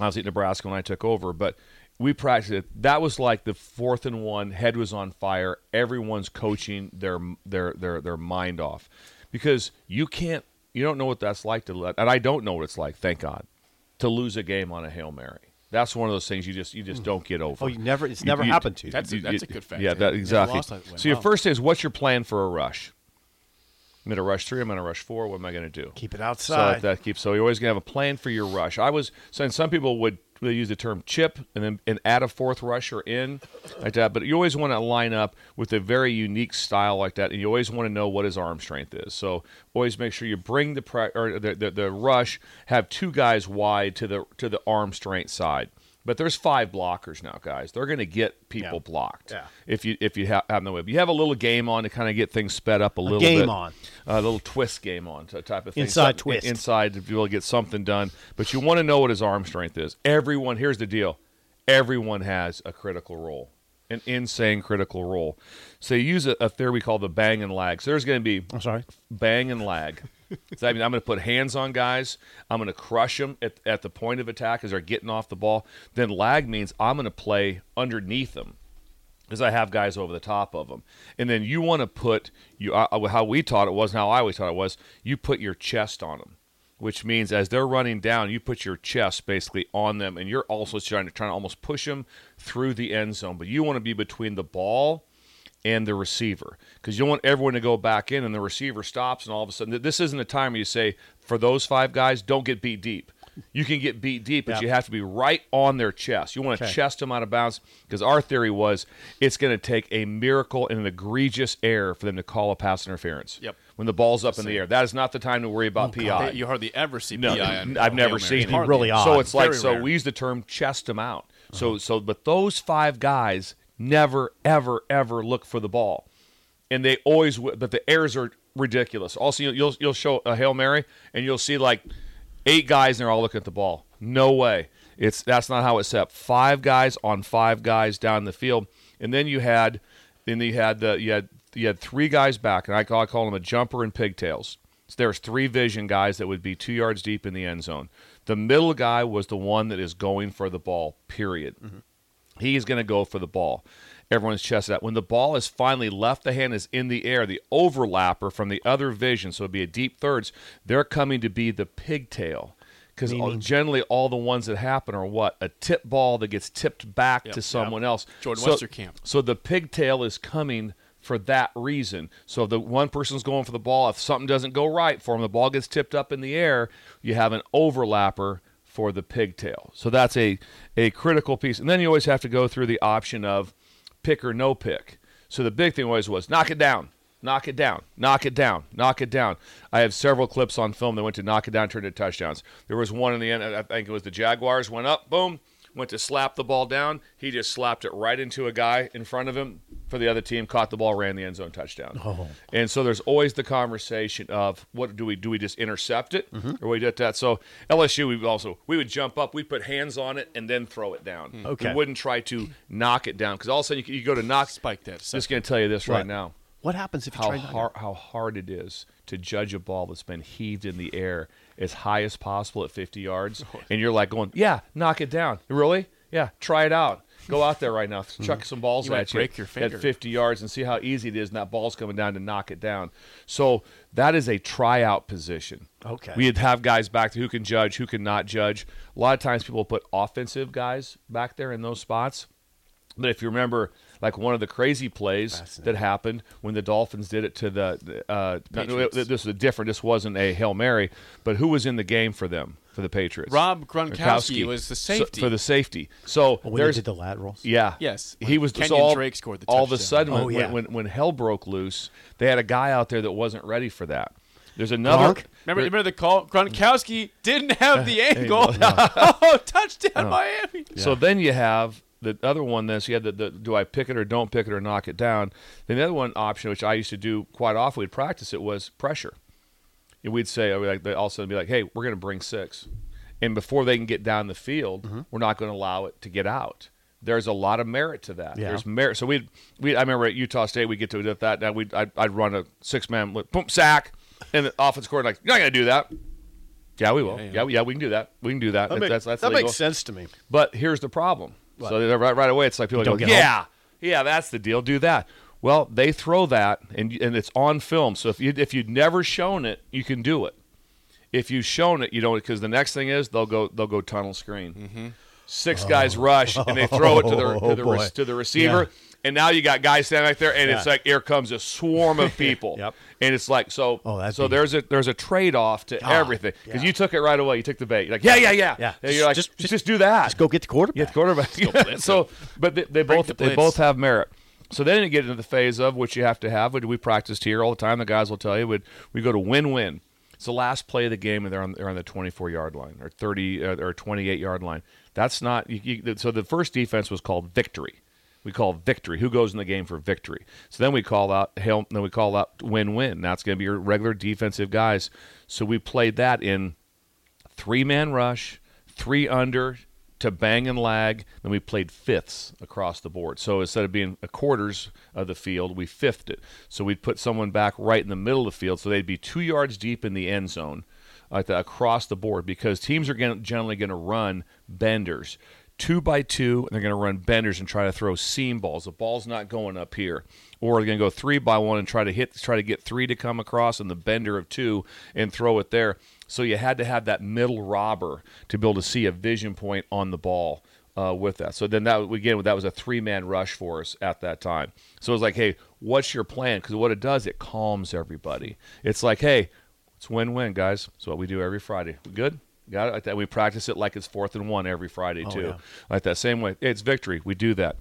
[SPEAKER 2] I was at Nebraska when I took over, but we practiced it. That was like the fourth and one. Head was on fire. Everyone's coaching their their their their mind off because you can't you don't know what that's like to let, and I don't know what it's like. Thank God to lose a game on a hail mary. That's one of those things you just you just don't get over.
[SPEAKER 4] Oh, you never. It's never happened to you.
[SPEAKER 3] That's a- that's a good fact,
[SPEAKER 2] Yeah,
[SPEAKER 3] yeah.
[SPEAKER 2] that,
[SPEAKER 3] Never
[SPEAKER 2] exactly.
[SPEAKER 3] lost that way.
[SPEAKER 2] So your
[SPEAKER 3] Wow.
[SPEAKER 2] first is what's your plan for a rush? I'm going to rush three. I'm going to rush four. What am I going to do?
[SPEAKER 4] Keep it
[SPEAKER 2] So
[SPEAKER 4] outside.
[SPEAKER 2] if that keeps. So you're always going to have a plan for your rush. I was saying some people would they use the term chip and then and add a fourth rusher in like that. But you always want to line up with a very unique style like that, and you always want to know what his arm strength is. So always make sure you bring the pre- or the, the the rush have two guys wide to the to the arm strength side. But there's five blockers now, guys. They're going to get people blocked
[SPEAKER 4] Yeah.
[SPEAKER 2] if you if you ha- have no way. If you have a little game on to kind of get things sped up a, little
[SPEAKER 4] game
[SPEAKER 2] bit,
[SPEAKER 4] on.
[SPEAKER 2] a little twist game on t- type of thing.
[SPEAKER 4] Inside
[SPEAKER 2] Something-
[SPEAKER 4] twist.
[SPEAKER 2] inside to be able to get something done. But you want to know what his arm strength is. Everyone, here's the deal everyone has a critical role, an insane critical role. So you use a, a theory we call the bang and lag. So there's going to be
[SPEAKER 4] I'm sorry.
[SPEAKER 2] bang and lag. So that means I'm going to put hands on guys. I'm going to crush them at, at the point of attack as they're getting off the ball. Then lag means I'm going to play underneath them because I have guys over the top of them. And then you want to put you I, I- how we taught it was, and how I always taught it was, you put your chest on them, which means as they're running down, you put your chest basically on them, and you're also trying to trying to almost push them through the end zone. But you want to be between the ball and the receiver because you don't want everyone to go back in, and the receiver stops, and all of a sudden th- this isn't a time where you say for those five guys don't get beat deep. You can get beat deep, but
[SPEAKER 4] Yeah.
[SPEAKER 2] you have to be right on their chest. You want to
[SPEAKER 4] Okay.
[SPEAKER 2] chest them out of bounds because our theory was it's going to take a miracle and an egregious error for them to call a pass interference.
[SPEAKER 3] Yep.
[SPEAKER 2] When the ball's up in the air, that is not the time to worry
[SPEAKER 4] Oh,
[SPEAKER 2] about PI.
[SPEAKER 3] They- You hardly ever see
[SPEAKER 2] No,
[SPEAKER 3] PI. on
[SPEAKER 2] I've
[SPEAKER 3] Hail
[SPEAKER 2] never
[SPEAKER 3] Marys.
[SPEAKER 2] seen it.
[SPEAKER 3] Hardly.
[SPEAKER 4] Really odd.
[SPEAKER 2] So it's like
[SPEAKER 3] Very
[SPEAKER 2] so
[SPEAKER 3] rare. Uh-huh.
[SPEAKER 2] we use the term chest them out. So so but those five guys never ever ever look for the ball, and they always w- but the errors are ridiculous. Also you'll you'll, you'll show a hail mary and you'll see like eight guys and they're all looking at the ball. No way. It's that's not how it's set. up. Five guys on five guys down the field, and then you had then you had the you had you had three guys back, and I call I call them a jumper and pigtails. So there's three vision guys that would be two yards deep in the end zone. The middle guy was the one that is going for the ball, period.
[SPEAKER 3] Mm-hmm.
[SPEAKER 2] He is going to go for the ball. Everyone's chest out. When the ball is finally left, the hand is in the air. The overlapper from the other vision, so it'd be a deep thirds, they're coming to be the pigtail because generally all the ones that happen are what a tip ball that gets tipped back
[SPEAKER 3] Yep.
[SPEAKER 2] to someone else.
[SPEAKER 3] Jordan
[SPEAKER 2] so,
[SPEAKER 3] Westerkamp.
[SPEAKER 2] So the pigtail is coming for that reason. So if the one person's going for the ball, if something doesn't go right for him, the ball gets tipped up in the air. You have an overlapper for the pigtail. So that's a a critical piece. And then you always have to go through the option of pick or no pick. So the big thing always was knock it down. Knock it down, knock it down, knock it down. I have several clips on film that went to knock it down, turned into touchdowns. There was one in the end, I think it was the Jaguars went up, boom, went to slap the ball down. He just slapped it right into a guy in front of him for the other team, caught the ball, ran the end zone touchdown. And so there's always the conversation of what do we do? We just intercept it, or we did that. So LSU, we also we would jump up, we would put hands on it, and then throw it down.
[SPEAKER 4] Okay.
[SPEAKER 2] we wouldn't try to knock it down because all of a sudden you, you go to knock.
[SPEAKER 3] Spike that.
[SPEAKER 2] Just going to tell you this right
[SPEAKER 4] What?
[SPEAKER 2] now
[SPEAKER 4] What happens if you
[SPEAKER 2] how
[SPEAKER 4] try not to-
[SPEAKER 2] hard how hard it is to judge a ball that's been heaved in the air as high as possible at 50 yards, and you're like going, yeah, knock it down. Really? Yeah, try it out. Go out there right now,
[SPEAKER 4] Mm-hmm.
[SPEAKER 2] chuck some balls
[SPEAKER 3] You might
[SPEAKER 2] at you
[SPEAKER 3] break your finger.
[SPEAKER 2] at 50 yards and see how easy it is, and that ball's coming down to knock it down. So that is a tryout position.
[SPEAKER 4] Okay.
[SPEAKER 2] We'd have guys back there who can judge, who can not judge. A lot of times people put offensive guys back there in those spots. But if you remember, like one of the crazy plays that happened when the Dolphins did it to the, uh, no, no,
[SPEAKER 3] Patriots.
[SPEAKER 2] this was different. This wasn't a hail mary, but who was in the game for them for the Patriots?
[SPEAKER 3] Rob Gronkowski was the
[SPEAKER 2] So-
[SPEAKER 3] safety.
[SPEAKER 2] for the safety. So
[SPEAKER 4] Oh, when they
[SPEAKER 2] there's
[SPEAKER 4] did the lateral?
[SPEAKER 2] yeah.
[SPEAKER 3] Yes,
[SPEAKER 2] He
[SPEAKER 3] when
[SPEAKER 2] was so
[SPEAKER 3] Kenyon
[SPEAKER 2] all,
[SPEAKER 3] Drake scored the
[SPEAKER 2] all of a
[SPEAKER 3] touchdown.
[SPEAKER 2] sudden
[SPEAKER 4] Oh,
[SPEAKER 2] when,
[SPEAKER 4] yeah.
[SPEAKER 2] when when hell broke loose, they had a guy out there that wasn't ready for that. There's another
[SPEAKER 4] Gronk?
[SPEAKER 3] Remember, remember the call? Gronkowski didn't have the angle. oh, touchdown, Miami.
[SPEAKER 2] So then you have the other one. That's you had the, the do I pick it or don't pick it or knock it down. Then the other one option, which I used to do quite often, we'd practice it was pressure. And we'd say, I mean, like, they'd all of a sudden be like, hey, we're going to bring six, and before they can get down the field,
[SPEAKER 4] Mm-hmm.
[SPEAKER 2] we're not going to allow it to get out. There's a lot of merit to that.
[SPEAKER 4] Yeah.
[SPEAKER 2] There's merit. So we, we, I remember at Utah State, we get to do that. Now we, I'd, I'd run a six man, boom sack, and the offense coordinator like, you're not going to do that. Yeah, we will. Yeah, yeah. we can do that. We can do that.
[SPEAKER 4] That,
[SPEAKER 2] That's-
[SPEAKER 4] make-
[SPEAKER 2] that's, that's
[SPEAKER 4] that
[SPEAKER 2] legal.
[SPEAKER 4] makes sense to me.
[SPEAKER 2] But here's the problem. So they're right, right away, it's like people
[SPEAKER 4] Don't
[SPEAKER 2] go,
[SPEAKER 4] get
[SPEAKER 2] yeah, yeah, that's the deal. Do that. Well, they throw that, and and it's on film. So if you if you'd never shown it, you can do it. If you've shown it, you don't because the next thing is they'll go they'll go tunnel screen. Six guys rush and they throw it to the to
[SPEAKER 4] Mm-hmm. Oh,
[SPEAKER 2] the,
[SPEAKER 4] boy.
[SPEAKER 2] re- to the receiver, and now you got guys standing back there, and it's
[SPEAKER 4] Yeah.
[SPEAKER 2] like here comes a swarm of people.
[SPEAKER 4] Yep.
[SPEAKER 2] And it's like so.
[SPEAKER 4] Oh, that'd
[SPEAKER 2] so
[SPEAKER 4] be-
[SPEAKER 2] there's a there's a trade off to everything because
[SPEAKER 4] yeah.
[SPEAKER 2] you took it right away. You took the bait. You're like yeah, yeah, yeah.
[SPEAKER 4] Yeah.
[SPEAKER 2] And you're like
[SPEAKER 4] Just-
[SPEAKER 2] just,
[SPEAKER 4] just-
[SPEAKER 2] do that.
[SPEAKER 4] Just go get the quarterback.
[SPEAKER 2] Yeah, the quarterback. so, but they, they both
[SPEAKER 3] the
[SPEAKER 2] they
[SPEAKER 3] blitz.
[SPEAKER 2] both have merit. So then you get into the phase of which you have to have, which we practiced here all the time. The guys will tell you, would we go to win-win? It's the last play of the game, and they're on they're on the 24 yard line or 30 uh, or 28 yard line. That's not you, you, so. The first defense was called victory. We call victory. Who goes in the game for victory? So then we call out hail. Then we call out win-win. That's going to be your regular defensive guys. So we played that in three man rush, three under to bang and lag. Then we played fifths across the board. So instead of being a quarters of the field, we fifth it. So we'd put someone back right in the middle of the field, so they'd be two yards deep in the end zone, like that across the board, because teams are gonna, generally going to run benders. Two by two, and they're going to run benders and try to throw seam balls. The ball's not going up here, or they're going to go three by one and try to hit, try to get three to come across, and the bender of two and throw it there. So you had to have that middle robber to be able to see a vision point on the ball uh, with that. So then that again, that was a three man rush for us at that time. So it was like, hey, what's your plan? Because what it does, it calms everybody. It's like, hey, it's win win, guys. It's what we do every Friday. We good? Got it like that. We practice it like it's fourth and one every Friday too, like that same way. It's victory. We do that.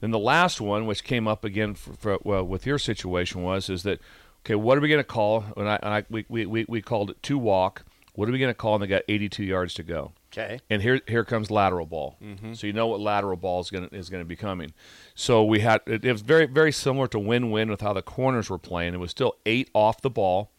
[SPEAKER 2] Then the last one, which came up again for, for, well, with your situation, was is that okay? What are we going to call? And I, and I we, we, we, we called it two walk. What are we going to call? And they got 82 yards to go.
[SPEAKER 4] Okay.
[SPEAKER 2] And here here comes lateral ball. So you know what lateral ball is going to is going to be coming. So we had it, it was very very similar to win win with how the corners were playing. It was still eight off the ball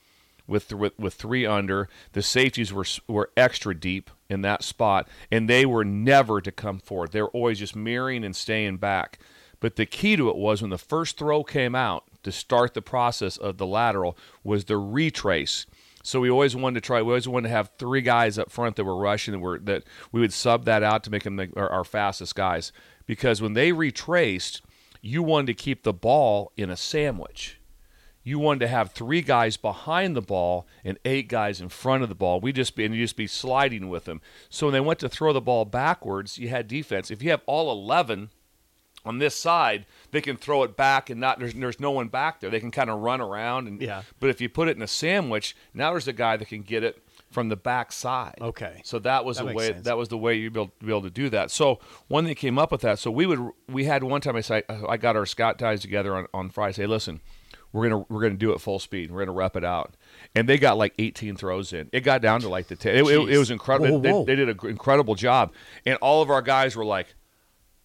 [SPEAKER 2] with with, with three under. The safeties were s- were extra deep in that spot, and they were never to come forward. They were always just mirroring and staying back. But the key to it was when the first throw came out to start the process of the lateral was the retrace. So we always wanted to try. We always wanted to have three guys up front that were rushing that were that we would sub that out to make them the, our, our fastest guys because when they retraced, you wanted to keep the ball in a sandwich. You wanted to have three guys behind the ball and eight guys in front of the ball. We just be, and you just be sliding with them. So when they went to throw the ball backwards, you had defense. If you have all eleven on this side, they can throw it back and not there's there's no one back there. They can kind of run around and
[SPEAKER 4] Yeah.
[SPEAKER 2] But if you put it in a sandwich, now there's a guy that can get it from the back side.
[SPEAKER 4] Okay.
[SPEAKER 2] So that was
[SPEAKER 4] That
[SPEAKER 2] the
[SPEAKER 4] makes
[SPEAKER 2] way
[SPEAKER 4] sense.
[SPEAKER 2] that was the way you built be able to do that. So one that came up with that. So we would we had one time I said I got our Scott guys together on on Friday. Say listen. We're gonna we're gonna do it full speed. We're gonna rep it out, and they got like 18 throws in. It got down to like the 10. It, it, it was incredible.
[SPEAKER 4] Whoa,
[SPEAKER 2] They-
[SPEAKER 4] whoa.
[SPEAKER 2] They, did an incredible job, and all of our guys were like,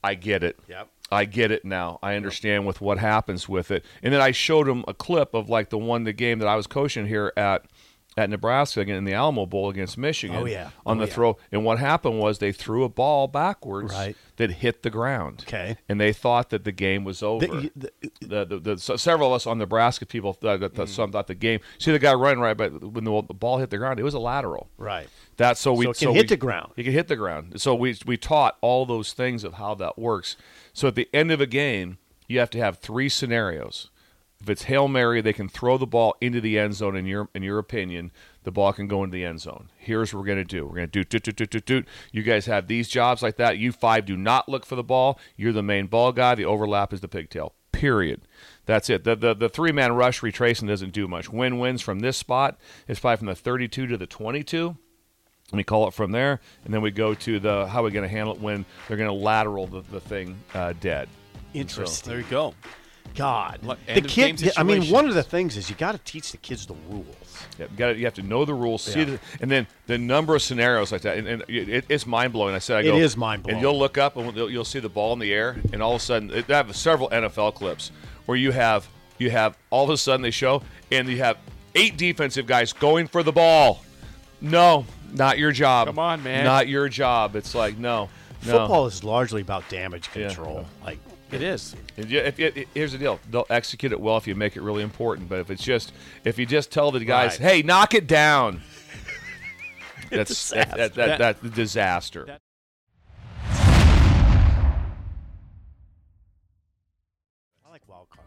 [SPEAKER 2] I get it.
[SPEAKER 4] Yep.
[SPEAKER 2] I get it now. I understand with what happens with it. And then I showed him a clip of like the one the game that I was coaching here at at Nebraska again in the Alamo Bowl against Michigan.
[SPEAKER 4] Oh, yeah.
[SPEAKER 2] On
[SPEAKER 4] Oh,
[SPEAKER 2] the
[SPEAKER 4] yeah.
[SPEAKER 2] throw. And what happened was they threw a ball backwards
[SPEAKER 4] Right.
[SPEAKER 2] that hit the ground.
[SPEAKER 4] Okay.
[SPEAKER 2] And they thought that the game was over.
[SPEAKER 4] you- the- Mm.
[SPEAKER 2] The- the- the- so- several of us on Nebraska people thought, that that some thought the game. See the guy running right, but when the, the ball hit the ground, it was a lateral.
[SPEAKER 4] Right.
[SPEAKER 2] That's so we
[SPEAKER 4] So it can hit
[SPEAKER 2] we-
[SPEAKER 4] the ground.
[SPEAKER 2] It can hit the ground. So we we taught all those things of how that works. So at the end of a game, you have to have three scenarios. If it's hail mary, they can throw the ball into the end zone. In your in your opinion, the ball can go into the end zone. Here's what we're gonna do. We're gonna do doot doot doot doot doot. You guys have these jobs like that. You five do not look for the ball. You're the main ball guy. The overlap is the pigtail. Period. That's it. The the, the three man rush retracing doesn't do much. Win wins from this spot. It's probably from the 32 to the 22 and we call it from there, and then we go to the how are we going to handle it when they're going to lateral the, the thing uh, dead.
[SPEAKER 4] Interesting.
[SPEAKER 3] There you go.
[SPEAKER 4] God,
[SPEAKER 3] Look,
[SPEAKER 4] the
[SPEAKER 3] end of game
[SPEAKER 4] kid. I mean, one
[SPEAKER 3] situations.
[SPEAKER 4] of the things is you got to teach the kids the rules.
[SPEAKER 2] Yeah, you, gotta, you have to know the rules, see
[SPEAKER 4] Yeah.
[SPEAKER 2] the, and then the number of scenarios like that, and, and it, it's mind blowing. I said, I
[SPEAKER 4] It
[SPEAKER 2] go,
[SPEAKER 4] is mind-blowing.
[SPEAKER 2] And you'll look up and you'll, you'll see the ball in the air, and all of a sudden, they have several NFL clips where you have you have all of a sudden they show, and you have eight defensive guys going for the ball. No, not your job.
[SPEAKER 3] Come on, man.
[SPEAKER 2] Not your job. It's like no, no.
[SPEAKER 4] Football is largely about damage
[SPEAKER 2] Yeah.
[SPEAKER 4] control. Like,
[SPEAKER 3] It is.
[SPEAKER 2] If you- if- if- here's the deal: they'll execute it well if you make it really important. But if it's just if you just tell the guys,
[SPEAKER 4] Right.
[SPEAKER 2] "Hey, knock it down," that's that,
[SPEAKER 4] disaster.
[SPEAKER 2] that, that, that's a disaster.
[SPEAKER 4] I like wild card.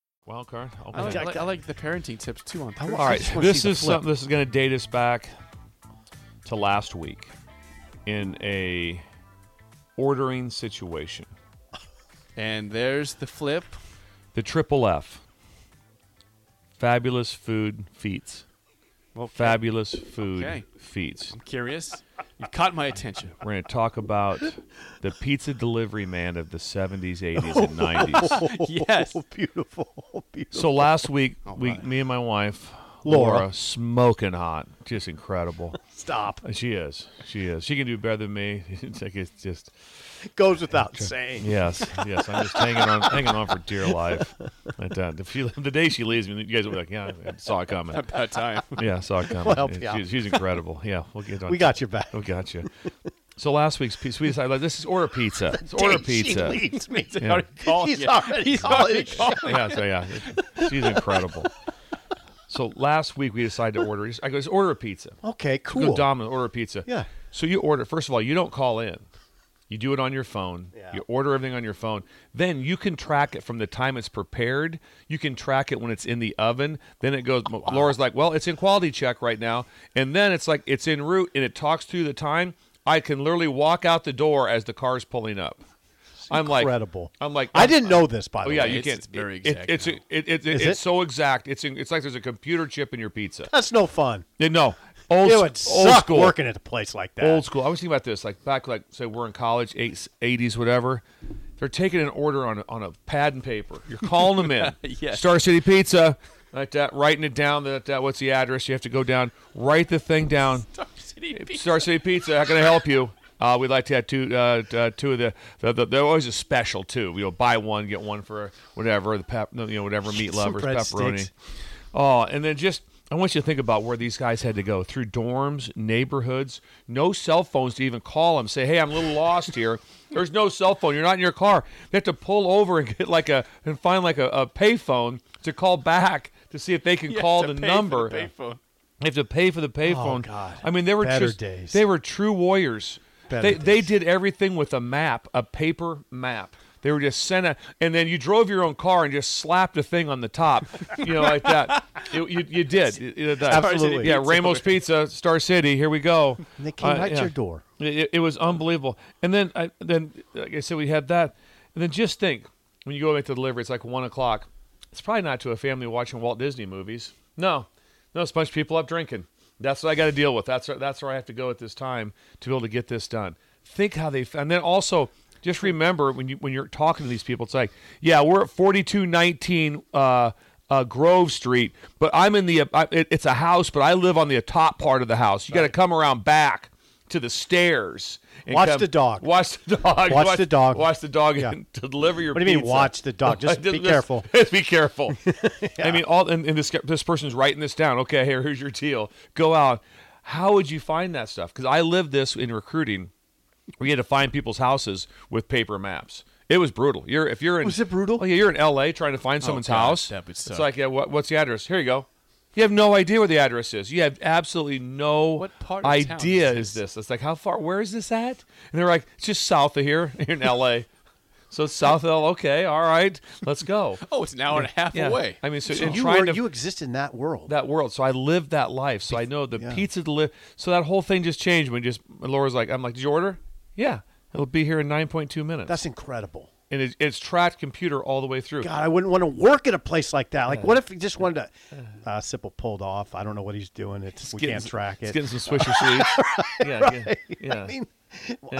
[SPEAKER 2] Wild card.
[SPEAKER 3] I like, I like- I like the parenting tips too on
[SPEAKER 4] want-
[SPEAKER 2] All right,
[SPEAKER 4] just wanna
[SPEAKER 2] this
[SPEAKER 4] see the
[SPEAKER 2] is
[SPEAKER 4] flip.
[SPEAKER 2] something. This is going to date us back to last week in a ordering situation.
[SPEAKER 3] And there's the flip.
[SPEAKER 2] The triple F. Fabulous food feats.
[SPEAKER 3] Well,
[SPEAKER 2] Fabulous food
[SPEAKER 3] Okay.
[SPEAKER 2] feats.
[SPEAKER 3] Curious. You caught my attention.
[SPEAKER 2] We're going to talk about the pizza delivery man of the 70s, 80s, and 90s.
[SPEAKER 3] yes.
[SPEAKER 4] Oh, beautiful, beautiful.
[SPEAKER 2] So last week, we, me and my wife, Laura,
[SPEAKER 4] Laura.
[SPEAKER 2] smoking hot, just incredible.
[SPEAKER 4] Stop.
[SPEAKER 2] And She is, she is. She can do better than me. It's like it's just
[SPEAKER 4] It goes without saying.
[SPEAKER 2] yes, yes. I'm just hanging on, hanging on for dear life. Like that. If she, the day she leaves me, you guys will be like, yeah, I saw it coming.
[SPEAKER 3] About time.
[SPEAKER 2] Yeah, saw it coming.
[SPEAKER 4] help you out.
[SPEAKER 2] she's, she's incredible. Yeah, we'll get on.
[SPEAKER 4] We got your back.
[SPEAKER 2] We got you. So last week's pizza, we decided like, this is order pizza. Let's order
[SPEAKER 4] Hey, She
[SPEAKER 2] pizza.
[SPEAKER 4] leaves me.
[SPEAKER 2] Yeah.
[SPEAKER 3] Call
[SPEAKER 4] He's
[SPEAKER 3] you.
[SPEAKER 4] already calling it.
[SPEAKER 2] yeah, so yeah, she's incredible. So last week we decided to order. I go, just order a pizza.
[SPEAKER 4] Okay,
[SPEAKER 2] Go
[SPEAKER 4] Oh, cool.
[SPEAKER 2] Domino, order a pizza.
[SPEAKER 4] Yeah.
[SPEAKER 2] So you order. First of all, you don't call in. You do it on your phone.
[SPEAKER 4] Yeah.
[SPEAKER 2] You order everything on your phone. Then you can track it from the time it's prepared. You can track it when it's in the oven. Then it goes. Laura's like, "Well, it's in quality check right now," and then it's like it's en route, and it talks through the time. I can literally walk out the door as the car's pulling up. I'm like
[SPEAKER 4] Incredible.
[SPEAKER 2] I'm like
[SPEAKER 4] I didn't know this, by the
[SPEAKER 2] Oh yeah,
[SPEAKER 4] way.
[SPEAKER 2] you
[SPEAKER 3] It's-
[SPEAKER 2] can't.
[SPEAKER 3] it's very
[SPEAKER 2] it-
[SPEAKER 3] exact
[SPEAKER 2] it's
[SPEAKER 3] now.
[SPEAKER 2] it, it, it, it's
[SPEAKER 4] it?
[SPEAKER 2] so exact. It's in, it's like there's a computer chip in your pizza.
[SPEAKER 4] That's no fun.
[SPEAKER 2] Yeah, no, old
[SPEAKER 4] It
[SPEAKER 2] s-
[SPEAKER 4] would
[SPEAKER 2] old
[SPEAKER 4] suck
[SPEAKER 2] school.
[SPEAKER 4] working at a place like that.
[SPEAKER 2] Old school. I was thinking about this, like back, like say we're in college, eight- 80s, whatever. They're taking an order on a, on a pad and paper. You're calling them in.
[SPEAKER 3] Yes.
[SPEAKER 2] Star City Pizza, like that. Writing it down. That, that what's the address? You have to go down. Write the thing down. Star City Pizza. How can I help you? Uh, we'd like to have two, uh, t- uh, two of the, the, the. They're always a special too. You know, buy one get one for whatever the pep, you know, whatever meat
[SPEAKER 4] Some
[SPEAKER 2] lovers pepperoni.
[SPEAKER 4] breadsticks.
[SPEAKER 2] Oh, and then just I want you to think about where these guys had to go through dorms, neighborhoods, no cell phones to even call them. Say, hey, I'm a little lost here. There's no cell phone. You're not in your car. They have to pull over and get like a and find like a, a payphone to call back to see if they can call the number. They have to pay for the payphone.
[SPEAKER 4] Oh, God.
[SPEAKER 2] I mean, they were
[SPEAKER 4] Better
[SPEAKER 2] just
[SPEAKER 4] days.
[SPEAKER 2] they were true warriors.
[SPEAKER 4] Better
[SPEAKER 2] they they
[SPEAKER 4] days.
[SPEAKER 2] did everything with a map, a paper map. They were just sent a, and then you drove your own car and just slapped a thing on the top, you know, like that. You, you, you did. You did that.
[SPEAKER 4] Absolutely.
[SPEAKER 2] Yeah, Ramos Pizza, Star City, here we go.
[SPEAKER 4] And they came
[SPEAKER 2] Uh,
[SPEAKER 4] right
[SPEAKER 2] yeah.
[SPEAKER 4] to your door.
[SPEAKER 2] It, it- it was unbelievable. And then, I, then like I said, we had that. And then just think, when you go back to delivery, it's like one o'clock. It's probably not to a family watching Walt Disney movies. No, no, it's a bunch of people up drinking. That's what I got to deal with. That's that's where I have to go at this time to be able to get this done. Think how they, and then also just remember when you when you're talking to these people, it's like, yeah, we're at forty two nineteen. Uh, uh, Grove Street, but I'm in the I, it, it's a house, but I live on the top part of the house. You got to come around back to the stairs. and
[SPEAKER 4] Watch the dog.
[SPEAKER 2] Watch the dog.
[SPEAKER 4] Watch the dog.
[SPEAKER 2] Watch the dog
[SPEAKER 4] Yeah.
[SPEAKER 2] and to deliver your.
[SPEAKER 4] What do you mean,
[SPEAKER 2] pizza.
[SPEAKER 4] watch the dog? Just be careful.
[SPEAKER 2] Just be careful. I mean, all and, and this this person's writing this down. Okay, here, here's your deal. Go out. How would you find that stuff? Because I lived this in recruiting. We had to find people's houses with paper maps. It was brutal. You're if you're in
[SPEAKER 4] Was it brutal? Oh,
[SPEAKER 2] Oh, yeah, you're in L.A. trying to find someone's
[SPEAKER 3] God,
[SPEAKER 2] house.
[SPEAKER 3] that would
[SPEAKER 2] it's
[SPEAKER 3] suck.
[SPEAKER 2] like, yeah, what, what's the address? Here you go. You have no idea where the address is. You have absolutely no
[SPEAKER 3] What part of town
[SPEAKER 2] idea
[SPEAKER 3] is
[SPEAKER 2] is this. It's like, how far? Where is this at? And they're like, it's just south of here. You're in L.A. so it's south of L. Okay, all right, let's go.
[SPEAKER 3] Oh, it's an hour and a half
[SPEAKER 2] Yeah.
[SPEAKER 3] away.
[SPEAKER 2] I mean, so, and
[SPEAKER 4] You,
[SPEAKER 2] trying
[SPEAKER 4] were,
[SPEAKER 2] to
[SPEAKER 4] you exist in that world.
[SPEAKER 2] that world. So I lived that life. So I know the pizza delivery. So that whole thing just changed when just Laura's like, I'm like, did you order? Yeah, it'll be here in 9.2 minutes.
[SPEAKER 4] That's incredible.
[SPEAKER 2] and it, it's tracked computer all the way through.
[SPEAKER 4] God, I wouldn't want to work at a place like that. Like, what if he just wanted to? Uh, Sipple pulled off. I don't know what he's doing. It's, we
[SPEAKER 2] Getting
[SPEAKER 4] can't
[SPEAKER 2] s-
[SPEAKER 4] track
[SPEAKER 2] It's
[SPEAKER 4] it.
[SPEAKER 2] getting some Swisher sleeves. yeah, yeah, yeah.
[SPEAKER 4] I mean,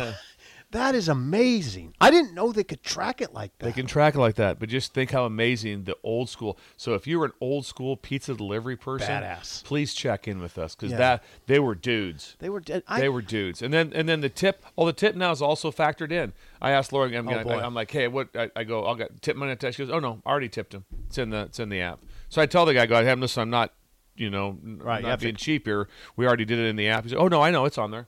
[SPEAKER 4] that is amazing. I didn't know they could track it like that.
[SPEAKER 2] They can track it like that, but just think how amazing the old school. So if you were an old school pizza delivery person,
[SPEAKER 4] Badass.
[SPEAKER 2] please check in with us because
[SPEAKER 4] Yeah.
[SPEAKER 2] that they were dudes.
[SPEAKER 4] They were. dead. I,
[SPEAKER 2] they were dudes, and then and then the tip. Oh, the tip now is also factored in. I asked Laura. I'm, gonna,
[SPEAKER 4] Oh, boy.
[SPEAKER 2] I, am like, hey, what? I, I go. I'll get tip money. on text. She goes, oh no, I already tipped him. It's in the it's in the app. So I tell the guy, I go, hey, listen, I'm not, you know, n-
[SPEAKER 4] Right, you
[SPEAKER 2] not
[SPEAKER 4] have to-
[SPEAKER 2] being cheap here. We already did it in the app. He's like, oh no, I know, it's on there.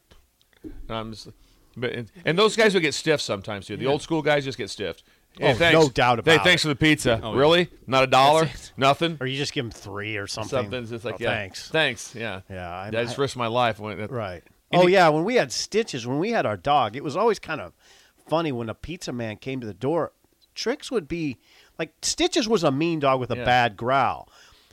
[SPEAKER 2] And I'm just, but and, and those guys would get stiff sometimes too. The old school guys just get stiffed. Hey,
[SPEAKER 4] Oh,
[SPEAKER 2] thanks.
[SPEAKER 4] no doubt
[SPEAKER 2] Hey,
[SPEAKER 4] about Oh,
[SPEAKER 2] thanks for the pizza. really? Not a dollar? Nothing?
[SPEAKER 4] or you just give them three or something.
[SPEAKER 2] Something's just like
[SPEAKER 4] Oh,
[SPEAKER 2] yeah.
[SPEAKER 4] Thanks.
[SPEAKER 2] Thanks. Yeah.
[SPEAKER 4] Yeah,
[SPEAKER 2] I,
[SPEAKER 4] I-
[SPEAKER 2] just
[SPEAKER 4] I-
[SPEAKER 2] risked my life. When it,
[SPEAKER 4] Right.
[SPEAKER 2] And
[SPEAKER 4] oh
[SPEAKER 2] it-
[SPEAKER 4] yeah, when we had stitches, when we had our dog, it was always kind of funny when a pizza man came to the door. Tricks would be like stitches was a mean dog with a
[SPEAKER 2] Yeah.
[SPEAKER 4] bad growl,